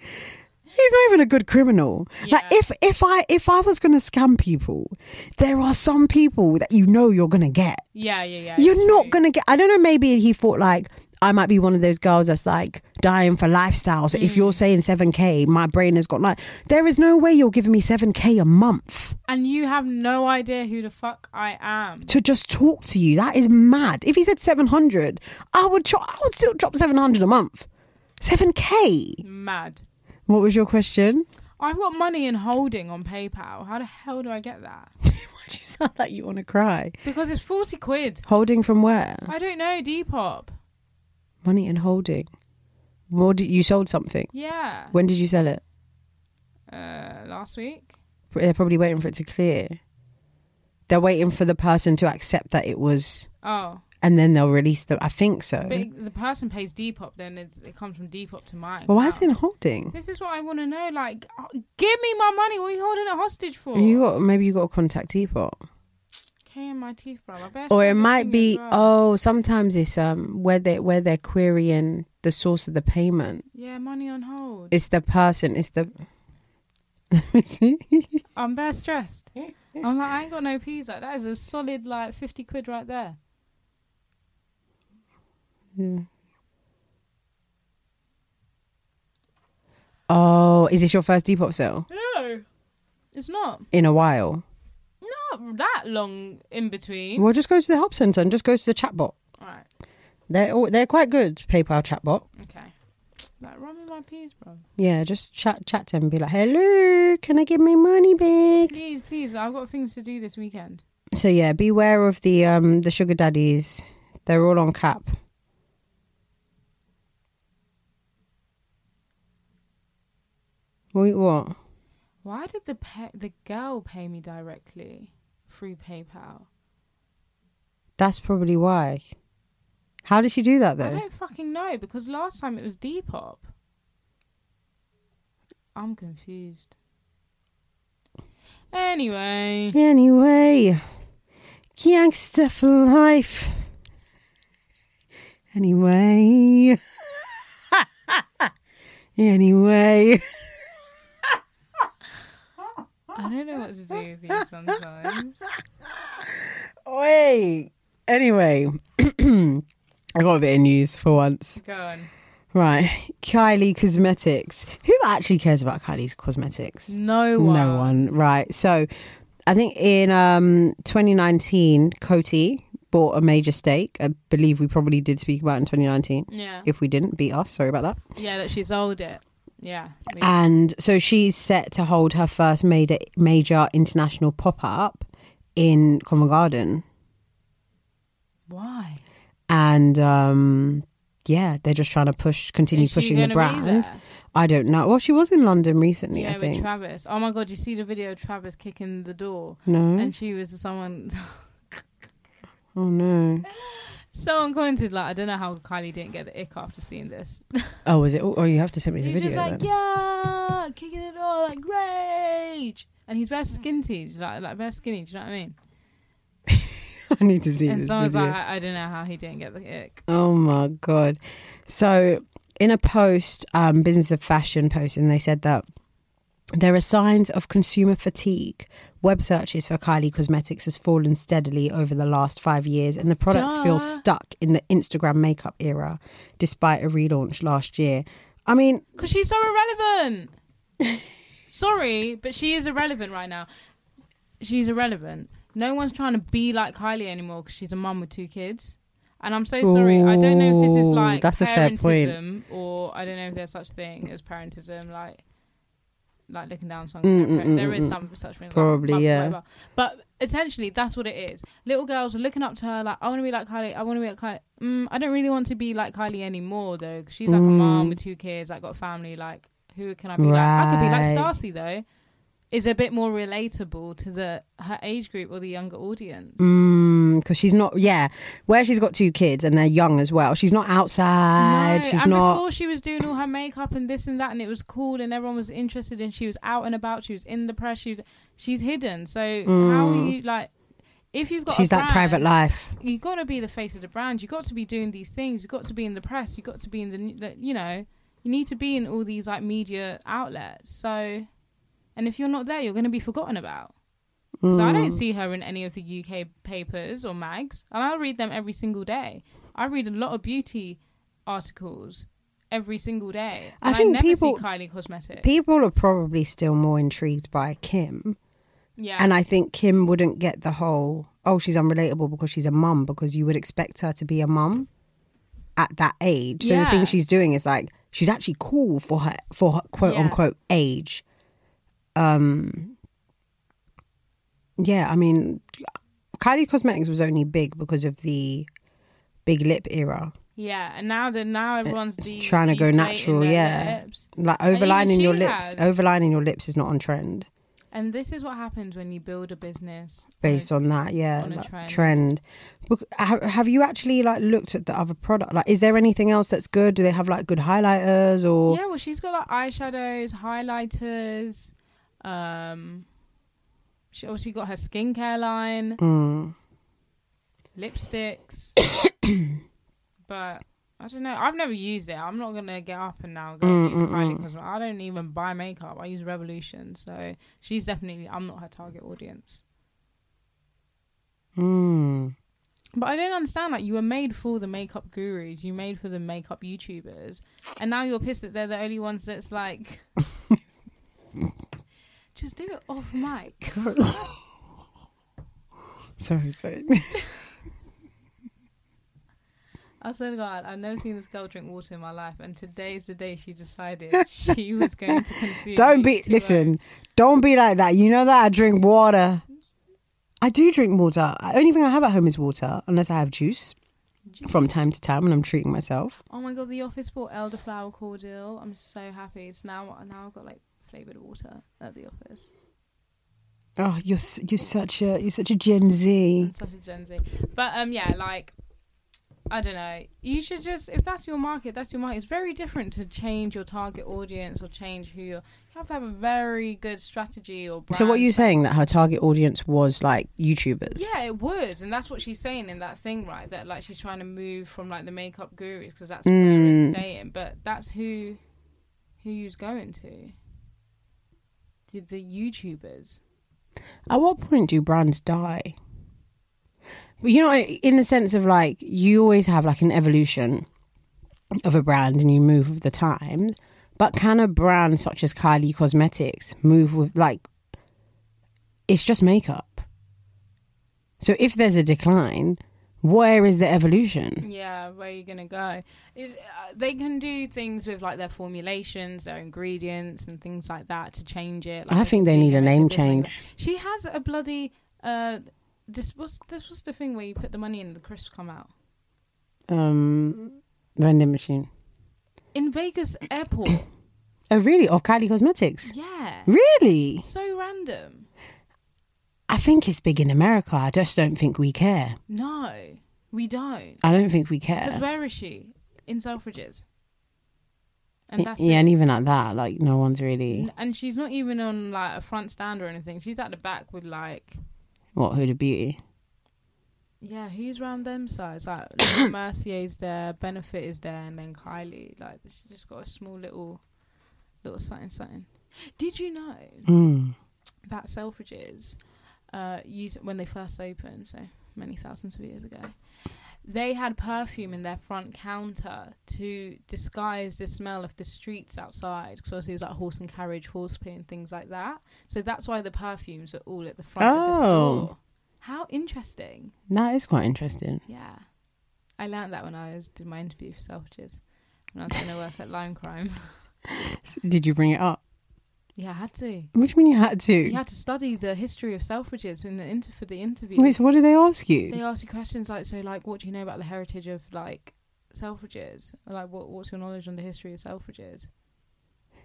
A: he's not even a good criminal. Like
B: Yeah.
A: if if I if I was gonna scam people, there are some people that you know you're gonna get.
B: yeah, yeah, yeah.
A: You're not
B: true.
A: gonna get. I don't know. Maybe he thought like I might be one of those girls that's like dying for lifestyle. So if you're saying seven k, my brain has got like there is no way you're giving me seven k a month.
B: And you have no idea who the fuck I am.
A: to just talk to you. That is mad. If he said 700, I would cho- I would still drop 700 a month. 7k.
B: Mad.
A: What was your question?
B: I've got money in holding on PayPal. How the hell do I get that?
A: *laughs* Why do you sound like you want to cry?
B: Because it's forty quid.
A: Holding from where?
B: I don't know Depop.
A: Money and holding. What did, you sold something.
B: Yeah.
A: When did you sell it?
B: Uh, last week.
A: They're probably waiting for it to clear. They're waiting for the person to accept that it was,
B: Oh,
A: and then they'll release them. I think so.
B: but it- the person pays Depop. Then it, it comes from Depop to mine.
A: But why is
B: Wow.
A: it in holding?
B: This is what I want to know. Like, oh, give me my money. What are you holding it hostage for?
A: You got maybe you got to contact Depot.
B: Okay, in my teeth, bro. I bet
A: or
B: she
A: it
B: was a
A: might
B: thing
A: be
B: as well.
A: oh sometimes it's um where they where they're querying the source of the payment
B: Yeah, money on hold.
A: it's the person it's the let me see
B: I'm bare *laughs* stressed. I'm like, I ain't got no peas. Like that is a solid like fifty quid right there.
A: hmm. oh is this your first depop sale
B: No, it's not.
A: in a while
B: Not that long in between.
A: well just go to the help center and just go to the chatbot
B: All right.
A: they're all, they're quite good paypal chatbot
B: Okay. Like, run me my peas, bro.
A: yeah just chat chat to them and be like hello can i get my money back
B: Please, please. I've got things to do this weekend.
A: so yeah beware of the um the sugar daddies they're all on cap wait what
B: Why did the pa the girl pay me directly through PayPal?
A: That's probably why. How did she do that
B: I
A: though?
B: don't fucking know because last time it was Depop. I'm confused. Anyway,
A: Anyway, gangster for life. Anyway. *laughs* anyway.
B: I don't know what to do with you sometimes.
A: Wait. Anyway. *clears throat* I got a bit of news for once.
B: *laughs* Go on.
A: Right. Kylie Cosmetics. Who actually cares about Kylie's cosmetics?
B: No one.
A: No one. Right. So I think in um, 2019, Coty bought a major stake. I believe we probably did speak about in 2019.
B: Yeah.
A: If we didn't, beat us. Sorry about that.
B: Yeah, that she sold it. Yeah. we-
A: And so she's set to hold her first major, major international pop up in Covent Garden.
B: Why?
A: And um, yeah, they're just trying to push, continue
B: Is she
A: pushing the
B: gonna be
A: brand.
B: there?
A: I don't know. Well, she was in London recently,
B: Yeah,
A: I
B: with
A: think.
B: Travis. Oh my god, you see the video of Travis kicking the door,
A: no.
B: and she was someone. *laughs*
A: oh no.
B: Someone commented like, I don't know how Kylie didn't get the ick after seeing this.
A: Oh, is it? Oh, you have to send me the
B: He's
A: video.
B: just like,
A: then.
B: yeah, kicking it all like rage, and he's very skinny, like like very skinny. Do you know what I mean?
A: *laughs* I need to see
B: and
A: this
B: someone's
A: video.
B: like, I, I don't know how he didn't get the ick.
A: Oh my god! So in a post, um, business of fashion post, and they said that there are signs of consumer fatigue. Web searches for Kylie Cosmetics has fallen steadily over the last five years, and the products feel
B: Duh.
A: stuck in the Instagram makeup era, despite a relaunch last year. I mean,
B: Because she's so irrelevant. Sorry, but she is irrelevant right now. She's irrelevant. No one's trying to be like Kylie anymore because she's a mum with two kids. And I'm so sorry. I don't know if this is
A: Ooh,
B: like
A: that's a fair point.
B: parentism or I don't know if there's such thing as parentism, like like looking down on
A: Mm, mm, mm,
B: There
A: mm,
B: is
A: mm.
B: some such thing. like,
A: Probably,
B: but-
A: yeah.
B: whatever. But essentially, that's what it is. Little girls are looking up to her like, I want to be like Kylie. I want to be like Kylie. Mm, I don't really want to be like Kylie anymore though. 'cause she's like a mom
A: Mm.
B: with two kids. Like got a family. Like who can I be like? I could be like
A: Right.
B: Stacy though. Is a bit more relatable to the her age group or the younger audience.
A: Mm, because she's not, yeah, where she's got two kids and they're young as well. She's not outside.
B: no,
A: she's
B: and
A: not.
B: before she was doing all her makeup and this and that, and it was cool, and everyone was interested, and she was out and about. She was in the press. She was, she's hidden. So how are
A: Mm.
B: you like? If you've got
A: she's
B: a
A: that private
B: brand-
A: life.
B: you got to be the face of the brand. You got to be doing these things. You got to be in the press. You got to be in the, the you know, you need to be in all these like media outlets. So, and if you're not there, you're going to be forgotten about. So I don't
A: Mm.
B: see her in any of the UK papers or mags, and I read them every single day. I read a lot of beauty articles every single day.
A: I
B: And I,
A: think
B: never
A: people-
B: see Kylie Cosmetics.
A: People are probably still more intrigued by Kim.
B: yeah,
A: And I think Kim wouldn't get the whole, oh, she's unrelatable because she's a mum, because you would expect her to be a mum at that age. So the
B: Yeah.
A: thing she's doing is like, she's actually cool for her, for her quote
B: Yeah.
A: unquote age. Um, yeah, I mean, Kylie Cosmetics was only big because of the big lip era.
B: yeah, and now that now everyone's de-
A: trying to go
B: deflating
A: natural,
B: their
A: yeah.
B: lips.
A: Like
B: even
A: overlining
B: she
A: your lips,
B: has.
A: overlining your lips is not on trend.
B: And this is what happens when you build a business
A: based on that yeah
B: on a
A: like, trend,
B: trend.
A: Look, ha- have you actually like looked at the other product like is there anything else that's good do they have like good highlighters or
B: Yeah, well, she's got like eyeshadows, highlighters. Um, she obviously got her skincare line,
A: Mm. *coughs*
B: lipsticks. but I don't know. I've never used it. I'm not gonna get up and now go
A: Mm,
B: use
A: mm,
B: Kylie
A: mm.
B: Cosmetics. I don't even buy makeup. I use Revolution, so she's definitely. I'm not her target audience.
A: Mm.
B: But I don't understand. Like, you were made for the makeup gurus. You made for the makeup YouTubers, and now you're pissed that they're the only ones that's
A: *laughs*
B: like, just do it off mic.
A: sorry sorry
B: I swear to God, I've never seen this girl drink water in my life, and today's the day she
A: *laughs*
B: decided she was going to consume.
A: *laughs* don't be
B: 2
A: listen don't be like that you know that i drink water i do drink water the only thing i have at home is water unless i have juice
B: Juice.
A: from time to time when i'm treating myself
B: Oh my God, the office bought elderflower cordial. I'm so happy. It's now now I've got like flavored water at the office.
A: oh you're s- you're such a you're such a gen z
B: I'm such a Gen Z. But um, yeah, like I don't know. You should just if that's your market, that's your market. It's very different to change your target audience or change who you're. You have to have a very good strategy or. Brand
A: so what are you saying that her target audience was like youtubers
B: Yeah, it was, and that's what she's saying in that thing, right? That like she's trying to move from like the makeup gurus because that's where
A: Mm.
B: it's staying, but that's who who you's going to. The, the YouTubers.
A: At what point do brands die? But you know, in the sense of like, you always have like an evolution of a brand and you move with the times. But can a brand such as Kylie Cosmetics move with like, it's just makeup. So if there's a decline, where is the evolution?
B: Yeah, where you gonna go? Is uh, they can do things with like their formulations, their ingredients, and things like that to change it. Like,
A: I think they need a
B: can make
A: name
B: it this, make it
A: change.
B: that. She has a bloody uh, this was this was the thing where you put the money in and the crisps come out
A: Um, vending machine. *coughs*
B: in Vegas airport.
A: Oh, really? Of Kylie Cosmetics?
B: Yeah.
A: Really?
B: So random.
A: I think it's big in America. I just don't think we care.
B: No, we don't.
A: I don't think we
B: Because
A: care.
B: where is she? In Selfridges. And that's
A: yeah,
B: it.
A: and even at that, like, no one's really.
B: N- And she's not even on like a front stand or anything. She's at the back with like,
A: What, Huda Beauty?
B: yeah, who's round them sides? Like Laura Mercier's there, Benefit is there, and then Kylie. Like she's just got a small little, little something something. Did you know
A: Mm.
B: that Selfridges, uh, used when they first opened, so many thousands of years ago, they had perfume in their front counter to disguise the smell of the streets outside, because obviously it was like horse and carriage, horse pee, and things like that. So that's why the perfumes are all at the front of the
A: Oh.
B: store. How interesting!
A: That is quite interesting.
B: Yeah, I learned that when I was did my interview for Selfridges, when I was going to work at Lime Crime.
A: Did you bring it up?
B: *laughs* Yeah, I had to.
A: What do you mean you had to?
B: You had to study the history of Selfridges in the inter- for the interview.
A: Wait, so what did they ask you?
B: they ask you questions like so like what do you know about the heritage of like Selfridges Or, like what what's your knowledge on the history of Selfridges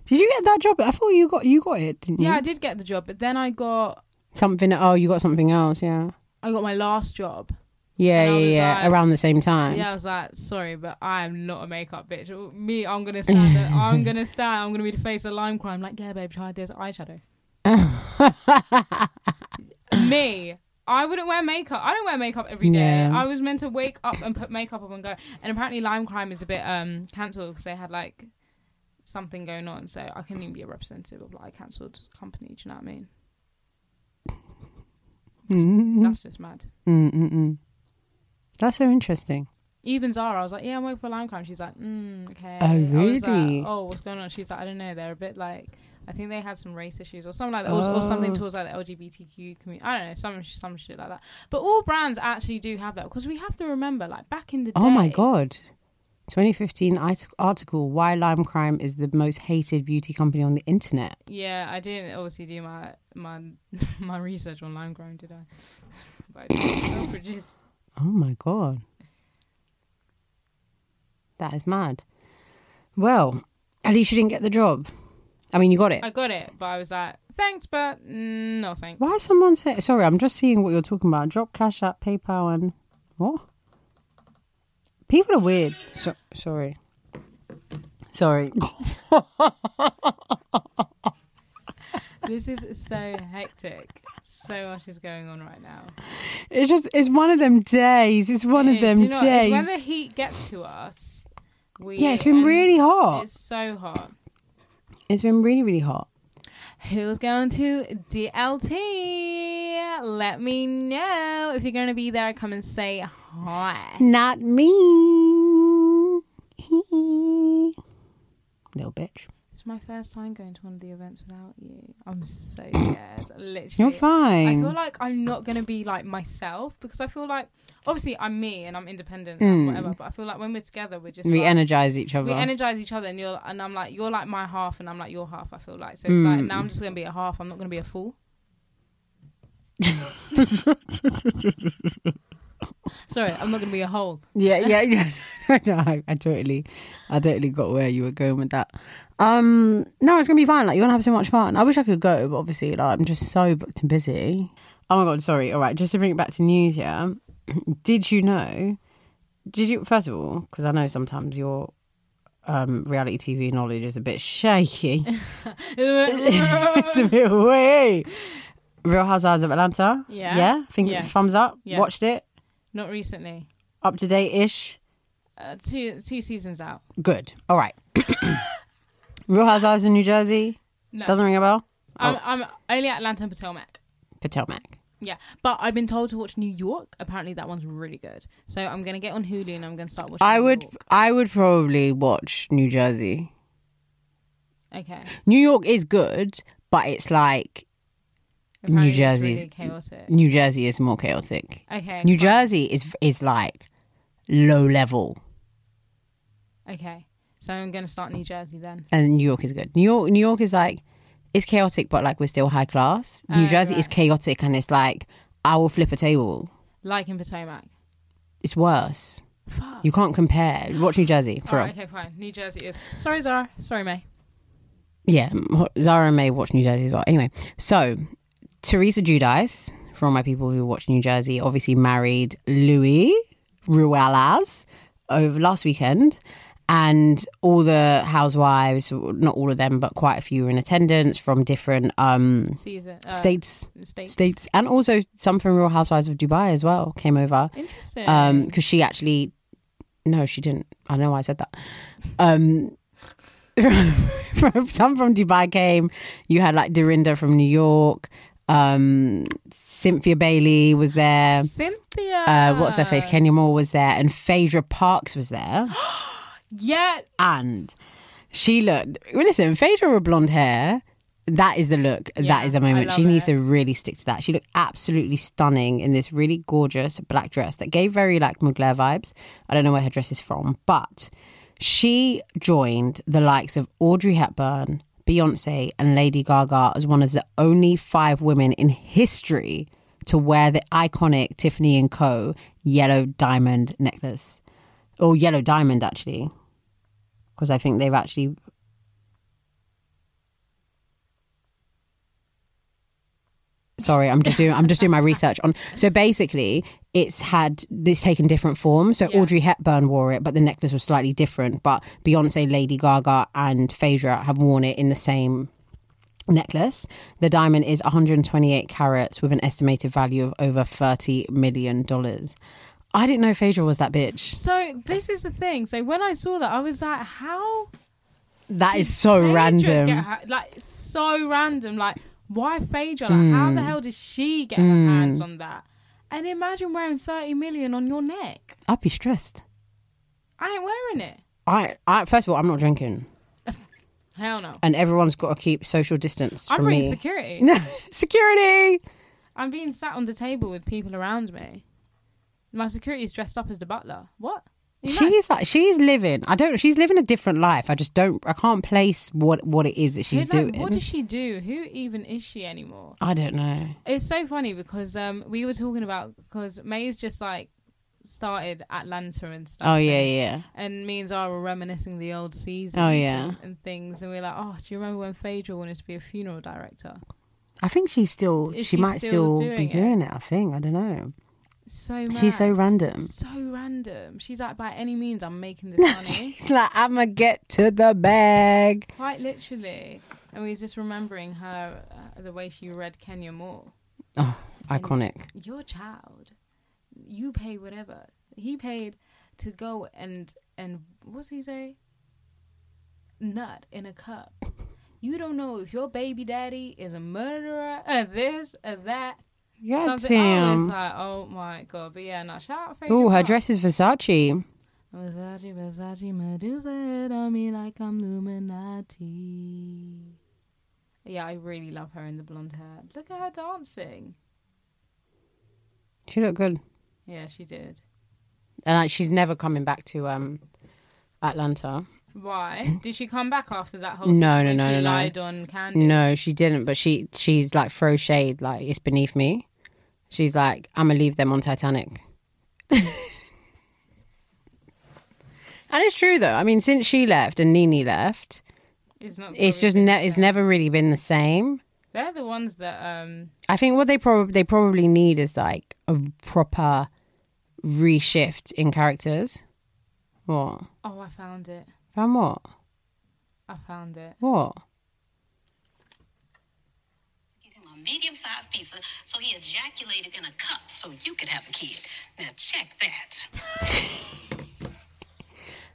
A: Did you get that job? I thought you got you got it, didn't you?
B: yeah I did get the job but then I got
A: Something. Oh, you got something else. Yeah.
B: I got my last job
A: Yeah,
B: And I
A: yeah,
B: was
A: yeah.
B: like-
A: Around the same time. *laughs*
B: yeah I was like sorry but I am not a makeup bitch me I'm gonna stand there- I'm gonna stand I'm gonna be the face of lime crime like yeah babe try this eyeshadow
A: Mm-hmm.
B: *coughs* me I wouldn't wear makeup. I don't wear makeup every day.
A: Yeah.
B: I was meant to wake up and put makeup on and go. And apparently, Lime Crime is a bit um cancelled because they had like something going on. So I couldn't even be a representative of like a cancelled company. Do you know what I mean?
A: Mm-mm.
B: That's just mad.
A: Mm-mm. That's so interesting.
B: Even Zara, I was like, yeah, I'm working for Lime Crime. She's like, mm, okay.
A: Oh,
B: I was
A: really?
B: like, oh, what's going on? She's like, I don't know. They're a bit like, I think they had some race issues or something like that, or, or something
A: Oh.
B: towards like the LGBTQ community. I don't know, some some shit like that. But all brands actually do have that because we have to remember, like back in the day.
A: Oh my god. 2015 art- article: Why Lime Crime is the most hated beauty company on the internet.
B: Yeah, I didn't obviously do my my *laughs* my research on lime growing, did I? *laughs* but I did Selfridges.
A: Oh my god. That is mad. Well, at least you didn't get the job. I mean, you got it.
B: I got it, but I was like, thanks, but mm, no thanks.
A: Why is someone say? Sorry, I'm just seeing what you're talking about. Drop Cash App, PayPal, and what? People are weird. So, sorry.
B: *laughs*
A: Sorry.
B: This is so hectic. So much is going on right now.
A: It's just it's one of them days. It's one
B: It
A: of
B: is,
A: them
B: you know what, it's
A: days.
B: When the heat gets to us, we
A: yeah, it's been
B: and
A: really hot.
B: It's so hot.
A: it's been really really hot.
B: Who's going to DLT? Let me know if you're going to be there. Come and say hi.
A: Not me. *laughs* Little bitch.
B: It's my first time going to one of the events without you. I'm
A: *laughs*
B: so scared. Literally.
A: You're
B: I
A: fine.
B: feel like I'm not gonna be like myself because I feel like obviously I'm me and I'm independent
A: Mm.
B: and whatever, but I feel like when we're together we're just
A: we
B: like,
A: energize each other.
B: we energize each other and you're and I'm like you're like my half and I'm like your half, I feel like. So it's
A: Mm.
B: like now I'm just gonna be a half, I'm not gonna be a
A: *laughs*
B: fool. Sorry, I'm not gonna be a
A: *laughs*
B: whole. *laughs*
A: Yeah, yeah, yeah. no, I, I totally, I totally got where you were going with that. Um, no, it's gonna be fun. Like you're gonna have so much fun. I wish I could go, but obviously, like I'm just so booked and busy. Oh my god, sorry. All right, just to bring it back to news. Yeah, *clears throat* did you know? Did you first of all? Because I know sometimes your um reality TV knowledge is a bit shaky. *laughs* it's a
B: *laughs*
A: bit way. Real Housewives of Atlanta.
B: Yeah.
A: yeah. Think
B: Yes.
A: thumbs up.
B: Yes.
A: Watched it.
B: not recently.
A: Up to date ish.
B: Uh, two two seasons out.
A: Good. All right. *coughs* Real Housewives in New Jersey.
B: No.
A: Doesn't ring a bell.
B: I'm, I'm only Atlanta and Potomac.
A: Potomac.
B: Yeah, but I've been told to watch New York. Apparently, that one's really good. So I'm gonna get on Hulu and I'm gonna start watching.
A: I
B: New
A: would.
B: York.
A: I would probably watch New Jersey.
B: Okay.
A: New York is good, but it's like
B: Apparently it's
A: Jersey's-
B: really chaotic.
A: New Jersey is more chaotic.
B: Okay.
A: New
B: fine.
A: Jersey is is like low level,
B: Okay, so I'm gonna start New Jersey then.
A: and New York is good. New York. New York is like it's chaotic, but like we're still high class. New
B: Oh,
A: Jersey is
B: right.
A: chaotic, and it's like I will flip a table.
B: Like in Potomac.
A: It's worse.
B: Fuck.
A: You can't compare. Watch New Jersey for
B: All
A: real.
B: right, okay, fine. New Jersey is. Sorry, Zara. Sorry, May.
A: Yeah, m- Zara May watched New Jersey as well. Anyway, so Teresa Judice, for all my people who watch New Jersey, obviously married Louis Ruelas over last weekend. And all the housewives, not all of them, but quite a few were in attendance from different um,
B: Season. Uh,
A: states,
B: States.
A: states, and also some from Real Housewives of Dubai as well came over
B: Interesting.
A: um because she actually no she didn't i know why i said that um *laughs* from, some from dubai came you had like dorinda from new york um cynthia bailey was there
B: Cynthia.
A: um, uh what's her
B: Ah.
A: face kenya moore was there and phaedra parks was there
B: Yeah.
A: and she looked well, listen phaedra with blonde hair that is the look
B: Yeah,
A: that is the
B: I
A: moment
B: love
A: she needs
B: it.
A: to really stick to that she looked absolutely stunning in this really gorgeous black dress that gave very like mugler vibes i don't know where her dress is from but she joined the likes of audrey hepburn beyonce and lady gaga as one of the only five women in history to wear the iconic tiffany and co yellow diamond necklace or yellow diamond actually because I think they've actually. Sorry, I'm just doing I'm just doing my research on. So basically, it's had it's taken different forms. So
B: Yeah.
A: Audrey Hepburn wore it, but the necklace was slightly different. But Beyonce, Lady Gaga, and Phaedra have worn it in the same necklace. The diamond is 128 carats with an estimated value of over 30 million dollars. I didn't know Phaedra was that bitch.
B: So this is the thing. So when I saw that, I was like, how
A: That is so
B: Phaedra
A: random.
B: get her- like so random. Like why Phaedra? Like how
A: Mm.
B: the hell did she get her hands on that? And imagine wearing thirty million on your neck.
A: I'd be stressed.
B: I ain't wearing it.
A: I, I first of all, I'm not drinking,
B: Hell no.
A: and everyone's got to keep social distance
B: I'm
A: from
B: bringing
A: me.
B: security.
A: *laughs* No security.
B: I'm being sat on the table with people around me. My security is dressed up as the butler. What? You know?
A: She's like she's living. I don't. She's living a different life. I just don't. I can't place what what it is that she's
B: It's like,
A: doing.
B: What does she do? Who even is she anymore?
A: I don't know.
B: It's so funny because um, we were talking about because May's just like started Atlanta and stuff.
A: Oh yeah, yeah.
B: and me and Zara were reminiscing the old seasons
A: Oh, yeah.
B: and, and things and we are like, Oh, do you remember when Phaedra wanted to be a funeral director?
A: I think she's still.
B: Is she
A: she might
B: still
A: still,
B: doing
A: be
B: it?
A: doing it. I think. I don't know.
B: So mad.
A: She's so random.
B: so random. She's like, By any means I'm
A: *laughs*
B: making this money.
A: It's like I'ma get to the bag.
B: Quite literally. And we was just remembering her uh, the way she read Kenya Moore.
A: Oh, iconic.
B: Your child. You pay whatever. He paid to go and and what's he say? Nut in a cup. You don't know if your baby daddy is a murderer, or this, or that.
A: God
B: something. Oh, it's
A: damn.
B: like, oh my god. But yeah, no, shout out Faith.
A: Oh, her dress is Versace.
B: Versace, Versace, Medusa, it on me like I'm Luminati. Yeah, I really love her in the blonde hair. Look at her dancing.
A: She looked good.
B: Yeah, she did.
A: and like, she's never coming back to um Atlanta.
B: Why? did she come back after that whole
A: No, no,
B: situation?
A: no, no,
B: She
A: no.
B: lied on Candy.
A: No, she didn't. But she she's like throw shade, like it's beneath me. She's like I'm gonna leave them on Titanic. *laughs* and it's true though. I mean, since she left and Nini left,
B: It's not.
A: it's
B: probably
A: just
B: been
A: ne-
B: the
A: it's
B: same.
A: never really been the same.
B: They're the ones that um.
A: I think what they probably they probably need is like a proper reshift in characters. What?
B: Oh, I found it.
A: From what?
B: I found it.
A: What?
C: Get him a medium-sized pizza so he ejaculated in a cup so you could have a kid. Now check that.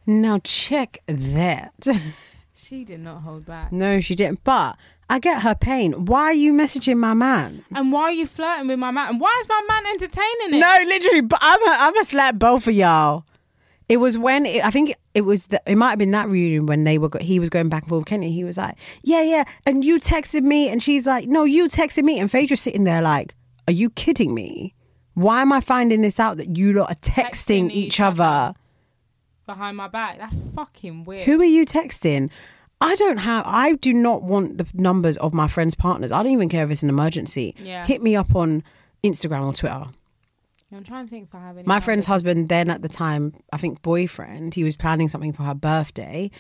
A: Now check that. *laughs*
B: She did not hold back.
A: No, she didn't. But I get her pain. Why are you messaging my man?
B: And why are you flirting with my man? And why is my man entertaining it?
A: No, literally. But I'm a, I'm a slap both of y'all. It was when it, I think it was the, it might have been that reunion when they were go, he was going back and forth with Kenny. He was like, yeah, yeah, and you texted me, and she's like, no, you texted me, and Phaedra's sitting there like, are you kidding me? Why am I finding this out that you lot are texting,
B: Texting
A: each,
B: each
A: other?
B: Behind my back. That's fucking weird.
A: Who are you texting? I don't have. I do not want the numbers of my friends' partners. I don't even care if it's an emergency.
B: Yeah.
A: Hit me up on Instagram or Twitter.
B: I'm trying to think if I have any.
A: My friend's husband, then at the time, I think boyfriend, he was planning something for her birthday,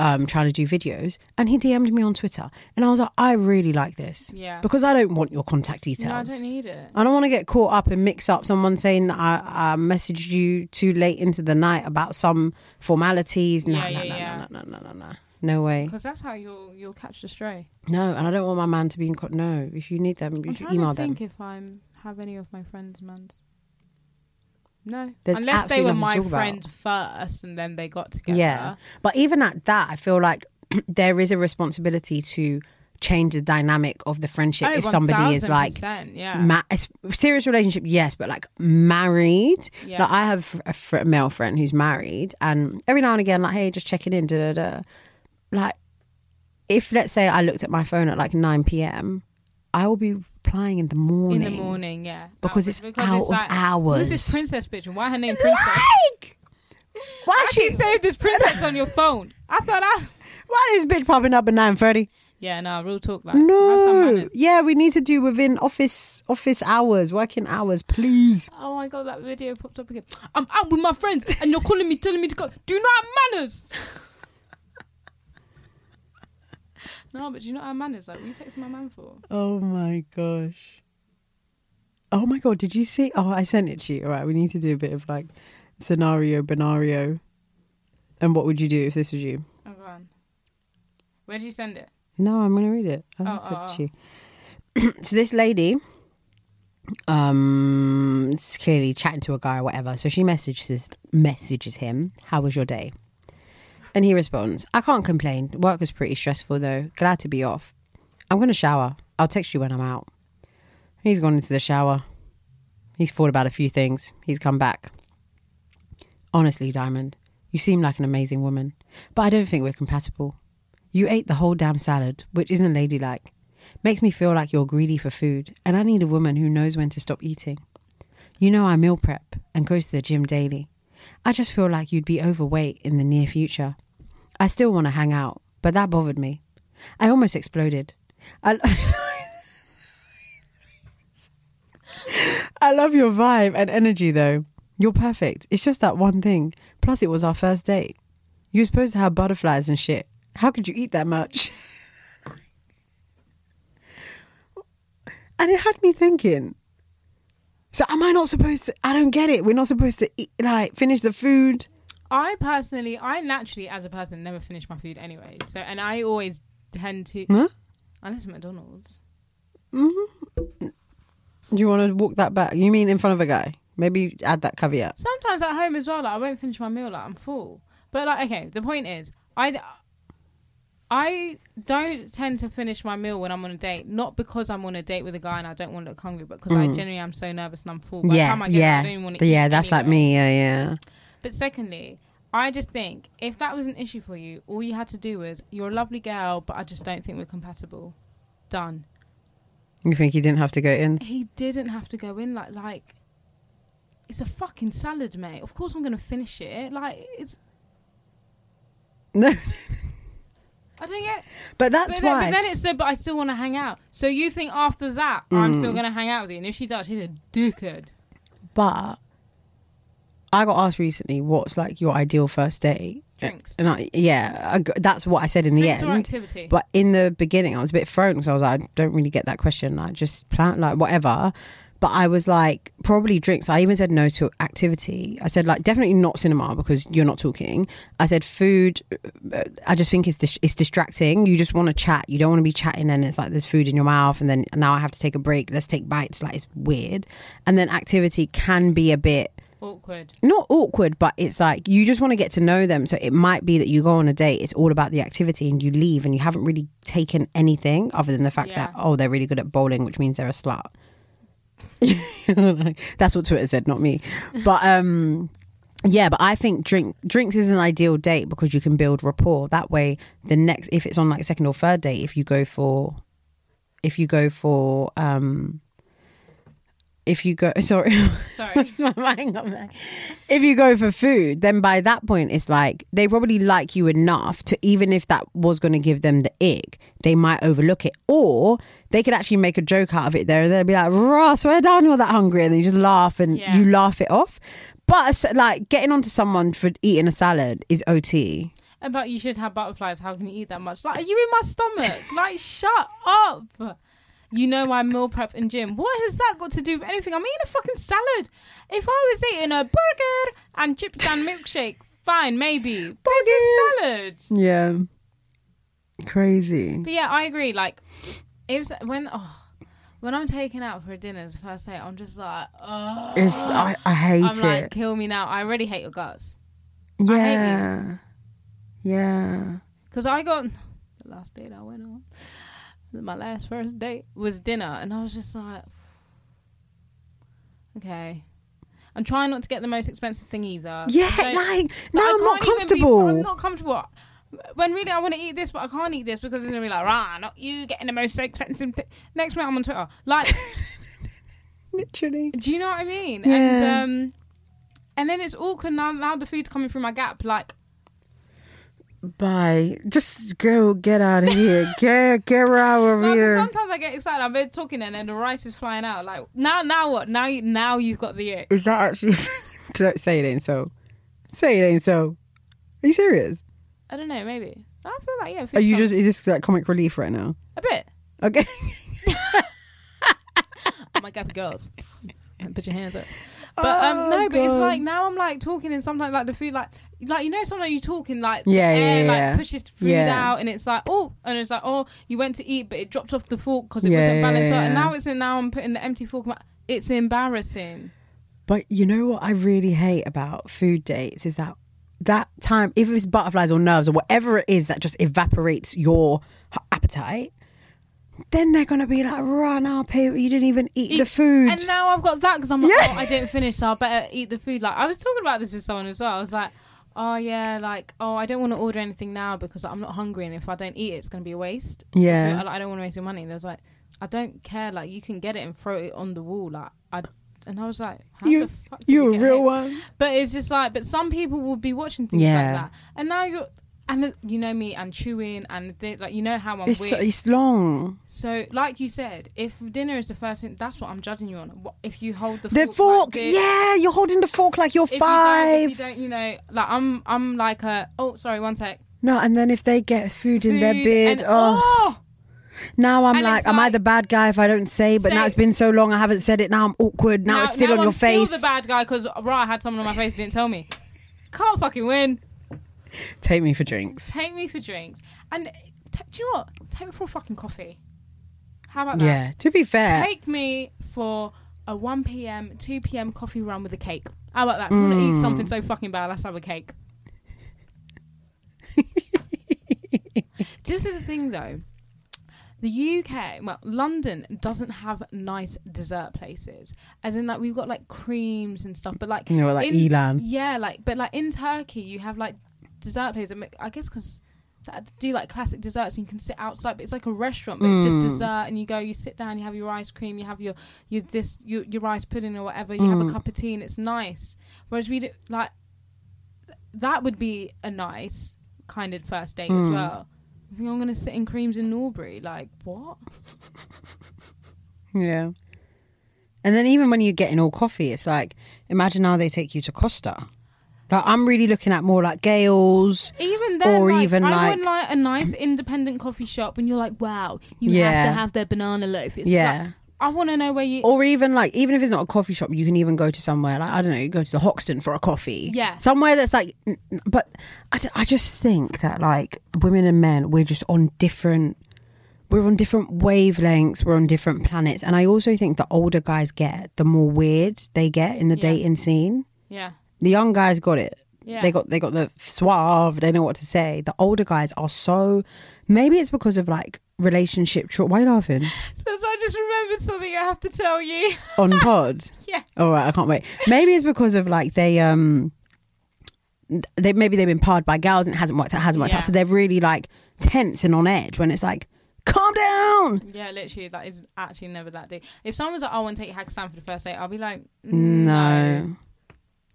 A: um, trying to do videos, and he DM'd me on Twitter, and I was like, I really like this,
B: Yeah.
A: because I don't want your contact details.
B: No, I don't need it.
A: I don't want to get caught up and mix up someone saying that I, I messaged you too late into the night about some formalities. Nah,
B: Yeah,
A: nah,
B: yeah,
A: nah,
B: yeah.
A: nah, nah, nah, nah, nah. No way.
B: Because that's how you'll you'll catch the stray.
A: No, and I don't want my man to be in contact. No, if you need them, you
B: I'm
A: should
B: trying
A: email
B: to think
A: them.
B: if I'm have any of my friends' mans. No,
A: There's
B: unless they
A: absolutely
B: were
A: nothing to
B: my
A: talk about.
B: friend first and then they got together.
A: Yeah. But even at that, I feel like *clears throat* there is a responsibility to change the dynamic of the friendship
B: Oh,
A: if somebody is like
B: 1000%, yeah,
A: ma- it's- serious relationship, yes, but like married.
B: Yeah.
A: Like I have a fr- male friend who's married, and every now and again, like, hey, just checking in, da da da. Like, if let's say I looked at my phone at like nine p.m., I will be replying in the
B: in
A: morning.
B: the morning, Oh, yeah,
A: Because it's out of hours.
B: Who's this princess bitch and why her name princess?
A: Like, why
B: Why she
A: she?
B: saved this princess on your phone? I thought I. *laughs*
A: Why this bitch popping up at nine thirty?
B: Yeah, no, real talk. Like, have some
A: No.
B: manners.
A: Yeah, we need to do within office office hours, working hours, please.
B: Oh my god, that video popped up again. I'm out with my friends and you're calling me, telling me to go. Do you not have manners? *laughs* no, but do you not have manners? Like, what are you texting my man for?
A: Oh my gosh. Oh my god, did you see? Oh, I sent it to you. All right, we need to do a bit of like scenario, benario. And what would you do if this was you?
B: Oh god. Where did you send it?
A: No, I'm going to read it. I
B: Oh,
A: sent
B: oh,
A: it to you. *clears throat* so this lady um is clearly chatting to a guy or whatever. So she messages messages him, "How was your day?" And he responds, "I can't complain. Work was pretty stressful though. Glad to be off. I'm going to shower. I'll text you when I'm out." He's gone into the shower. He's thought about a few things. He's come back. Honestly, Diamond, you seem like an amazing woman, but I don't think we're compatible. You ate the whole damn salad, which isn't ladylike. Makes me feel like you're greedy for food, and I need a woman who knows when to stop eating. You know I meal prep and go to the gym daily. I just feel like you'd be overweight in the near future. I still want to hang out, but that bothered me. I almost exploded. I, *laughs* I love your vibe and energy though. You're perfect. It's just that one thing. Plus, it was our first date. You were supposed to have butterflies and shit. How could you eat that much? and it had me thinking. So am I not supposed to? I don't get it. We're not supposed to eat, like finish the food.
B: I personally, I naturally, as a person, never finish my food anyway. So, and I always tend to,
A: Huh?
B: unless McDonald's.
A: Mm-hmm. Do you want to walk that back? You mean in front of a guy? Maybe add that caveat.
B: Sometimes at home as well, like I won't finish my meal, like I'm full. But like, okay, the point is, I, I don't tend to finish my meal when I'm on a date, not because I'm on a date with a guy and I don't want to look hungry, but because I generally am so nervous and I'm full. By the
A: Mm. yeah,
B: time I get there, I
A: yeah,
B: don't even want to
A: yeah.
B: eat
A: That's like
B: anyway.
A: me. Yeah, yeah.
B: But secondly, I just think if that was an issue for you, all you had to do was you're a lovely girl, but I just don't think we're compatible. Done.
A: You think he didn't have to go in? *laughs*
B: He didn't have to go in like like. It's a fucking salad, mate. Of course I'm gonna finish it. Like it's.
A: No,
B: I don't get.
A: but that's
B: But then,
A: why.
B: but then it's said, but I still want to hang out. So you think after that, I'm
A: Mm.
B: still going to hang out with you? And if she does, she's a dickhead.
A: But I got asked recently, what's like your ideal first date?
B: Drinks.
A: And I, yeah, I g that's what I said in the
B: Drinks
A: end.
B: or activity?
A: But in the beginning, I was a bit thrown because I was like, I don't really get that question. Like, just plan, like, whatever. But I was like, probably drinks. I even said no to activity. I said, like, definitely not cinema because you're not talking. I said, food, uh, I just think it's, dis- it's distracting. You just want to chat. You don't want to be chatting and it's like there's food in your mouth and then now I have to take a break. Let's take bites. Like, it's weird. And then activity can be a bit
B: Awkward.
A: not awkward, but it's like you just want to get to know them. So it might be that you go on a date, it's all about the activity, and you leave and you haven't really taken anything other than the fact
B: Yeah.
A: that, oh, they're really good at bowling, which means they're a slut. *laughs* That's what Twitter said, not me. But um yeah, but I think drink drinks is an ideal date because you can build rapport. That way the next if it's on like second or third date, if you go for if you go for um if you go *laughs* sorry *laughs*
B: Sorry.
A: it's my mind up there. If you go for food, then by that point, it's like they probably like you enough to even if that was going to give them the ick, they might overlook it, or they could actually make a joke out of it. There, they'll be like, "Rah, swear down, you're that hungry," and they just laugh and
B: Yeah.
A: you laugh it off. But it's like getting onto someone for eating a salad is OT.
B: about you should have butterflies. How can you eat that much? Like, are you in my stomach? like, shut up. You know my meal prep and gym. What has that got to do with anything? I'm eating a fucking salad. If I was eating a burger and chips and milkshake, fine, maybe. But it's a salad.
A: Yeah. Crazy.
B: But yeah, I agree. Like, it was when oh, when I'm taken out for dinner the first day, I'm just like, oh,
A: It's I, I hate
B: I'm like,
A: it.
B: kill me now. I already hate your guts I hate
A: yeah. Yeah.
B: because I got the last date I went on. My last first date was dinner, and I was just like, *sighs* okay. I'm trying not to get the most expensive thing either.
A: Yeah,
B: Don't-
A: like
B: but
A: no,
B: I
A: I'm not
B: can't even be-
A: comfortable.
B: I'm not comfortable. When really I want to eat this, but I can't eat this because it's gonna be like, rah, not you getting the most expensive. T-. Next minute I'm on Twitter. Like, *laughs*
A: Literally.
B: Do you know what I mean?
A: Yeah.
B: And um and then it's awkward now now the food's coming through my gap, like
A: Bye. Just go get out of
B: *laughs*
A: here. get get out of
B: like,
A: here.
B: sometimes I get excited, I'm there talking and then the rice is flying out. Like now now what? Now you now you've got the it.
A: Is that actually *laughs* Don't say it ain't so. Say it ain't so. Are you serious?
B: I don't know, maybe. I feel like yeah,
A: Are
B: food's
A: you
B: coming-
A: just is this like comic relief right now?
B: a bit.
A: Okay.
B: Oh my gappy girls. Put your hands up. But
A: Oh,
B: um no, but it's like now I'm like talking and sometimes like the food like like you know sometimes you talking like the
A: Yeah, yeah,
B: air like
A: yeah.
B: pushes the food
A: Yeah.
B: out and it's like oh and it's like oh you went to eat but it dropped off the fork because it
A: Yeah,
B: wasn't
A: yeah,
B: balanced out
A: yeah.
B: and now it's in now I'm putting the empty fork. in my- It's embarrassing.
A: *laughs* But you know what I really hate about food dates is that that time, if it's butterflies or nerves or whatever it is that just evaporates your h- appetite, then they're gonna be like, "Run up here! You didn't even eat, the
B: Eat-
A: food."
B: And now I've got that because I'm like
A: Yeah.
B: oh I didn't finish so I better eat the food. Like I was talking about this with someone as well. I was like. Oh yeah, like oh, I don't want to order anything now because I'm not hungry, and if I don't eat it, it's gonna be a waste.
A: yeah,
B: I, I don't want to waste your money. And they was like, I don't care. Like, you can get it and throw it on the wall. Like, I. And I was like, How
A: You-
B: the fuck did
A: you a
B: get
A: real
B: hit?
A: one.
B: But it's just like, but some people will be watching things
A: Yeah.
B: like that. And now you're, and the- you know me, and chewing, and thi- like, you know how I'm
A: It's
B: weird.
A: so, it's long.
B: so, like you said, if dinner is the first thing, that's what I'm judging you on. What, if you hold the,
A: The
B: fork,
A: fork,
B: like this,
A: yeah, you're holding the fork like you're
B: If
A: five.
B: You don't, if you don't, you know, like I'm, I'm like a. Oh, sorry, one sec.
A: no, and then if they get food in their
B: Food
A: beard,
B: and-
A: oh,
B: oh,
A: Now I'm
B: And
A: like,
B: it's
A: am I
B: like-
A: the bad guy if I don't say? But now
B: Say-
A: it's been so long, I haven't said it. Now I'm awkward. Now, it's still on
B: I'm
A: your face.
B: Still the bad guy because right, I had someone on my face who didn't tell me. Can't fucking win.
A: Take me for drinks.
B: Take me for drinks, and t- do you know what? Take me for a fucking coffee. How about that?
A: Yeah. To be fair,
B: Take me for a one p.m., two p.m. coffee run with a cake. How about that? You want to eat something so fucking bad? Let's have a cake. Just as a thing though, the UK, well, London doesn't have nice dessert places. As in, like we've got like creams and stuff, but like
A: you know, like
B: in-
A: Elan.
B: Yeah, like but like in Turkey, you have like dessert places. I, mean, I guess because do like classic desserts, and you can sit outside. But it's like a restaurant, but it's just dessert, and you go, you sit down, you have your ice cream, you have your your this your, your rice pudding or whatever. You have a cup of tea, and it's nice. Whereas we do like th- that would be a nice kind of first date as well. I think I'm gonna sit in creams in Norbury. Like what?
A: Yeah. And then even when you're getting all coffee, it's like, imagine how they take you to Costa. Like I'm really looking at more like Gales.
B: Even then,
A: Or
B: like,
A: even,
B: I
A: like-
B: want like a nice independent coffee shop, and you're like, wow, you
A: Yeah.
B: have to have their banana loaf. It's
A: Yeah.
B: like, I want to know where you.
A: Or even like, even if it's not a coffee shop, you can even go to somewhere like I don't know, you go to the Hoxton for a coffee.
B: Yeah.
A: somewhere that's like. n- n- But I, d- I just think that like women and men, we're just on different. We're on different wavelengths. We're on different planets, and I also think the older guys get, the more weird they get in the
B: Yeah.
A: dating scene.
B: Yeah,
A: The young guys got it.
B: yeah.
A: They got they got the suave. They know what to say. The older guys are so. Maybe it's because of like relationship. Tra- Why are you laughing
B: So I just remembered something I have to tell you. *laughs*
A: on pod?
B: yeah,
A: All right, I can't wait. Maybe it's because of like they um they maybe they've been parred by gals and it hasn't worked out, hasn't worked
B: Yeah.
A: out. So they're really like tense and on edge when it's like, calm down.
B: yeah. Literally, that is actually never that deep. If someone was like, "I want to take you Hagstown for the first date," I'll be like, "No."
A: No.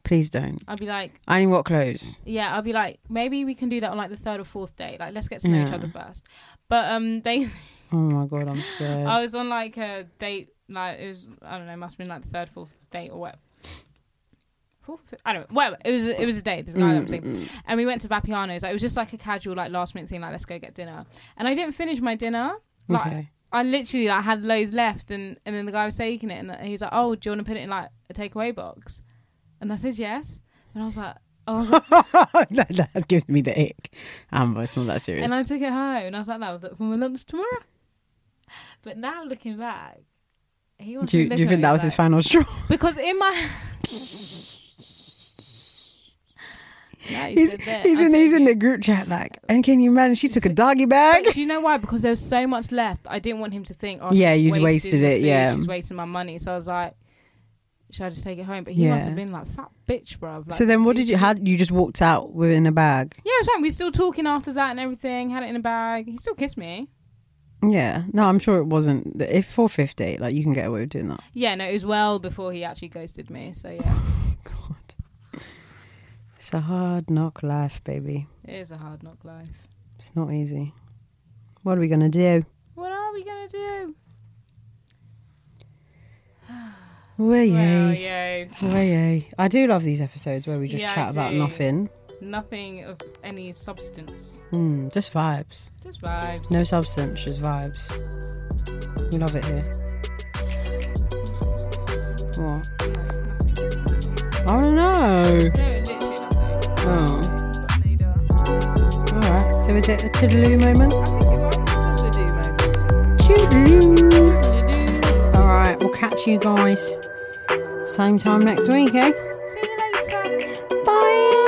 A: Please don't.
B: I'll be like,
A: I ain't got clothes.
B: "Yeah." I'll be like, "Maybe we can do that on like the third or fourth date. Like, let's get to know each
A: Yeah.
B: other first. But um, they
A: Oh my god, I'm scared.
B: I was on like a date, like it was I don't know, must have been like the third, fourth date or what. fourth, fifth, I don't know. Whatever. It was it was a date. This
A: Mm,
B: guy that I'm seeing. and we went to Vapiano's. Like, it was just like a casual, like last minute thing. Like let's go get dinner. And I didn't finish my dinner. Like,
A: Okay. *laughs*
B: I literally like had loads left, and and then the guy was taking it, and he was like, "Oh, do you want to put it in like a takeaway box?" And I said yes, and I was like, "Oh."
A: that, that gives me the ick. Amber, it's not that serious.
B: and I took it home, and I was like, "That was it for my lunch tomorrow." But now looking back, he was.
A: do, you, do you think that was his final straw?
B: Because in
A: *laughs*
B: my. No, you
A: He's,
B: said that.
A: he's
B: I'm
A: in he's in
B: joking.
A: the group chat like, and can you imagine? She took a doggy bag.
B: Do you know why? Because there was so much left. I didn't want him to think, oh,
A: Yeah,
B: she's
A: you'd wasted
B: the
A: it,
B: food,
A: yeah.
B: she's wasting my money. So I was like, should I just take it home? But he must
A: Yeah.
B: have been like, fat bitch, bruv. Like,
A: so then, what
B: we-
A: did you? How you just walked out within a bag?
B: Yeah, it's right. We were still talking after that and everything. Had it in a bag. He still kissed me.
A: Yeah, no, I'm sure it wasn't. the- If 450, like you can get away with doing that.
B: Yeah, no, it was well before he actually ghosted me. So yeah,
A: God, it's a hard knock life, baby.
B: it is a hard knock life.
A: It's not easy. What are we gonna do?
B: What are we going to do?
A: Well,
B: Well,
A: yay,
B: yeah,
A: well, yay. I do love these episodes where we just
B: Yeah, I
A: chat about
B: do.
A: nothing.
B: nothing of any substance.
A: Mm, just vibes.
B: Just vibes.
A: No substance, just vibes. We love it here. What? I don't know.
B: No, literally nothing.
A: Oh,
B: Got no idea.
A: all right. So is it a toodaloo moment?
B: I think it might be
A: Toodaloo.
B: something to do,
A: All right, we'll catch you guys same time next week, eh?
B: maybe. See you later.
A: Bye.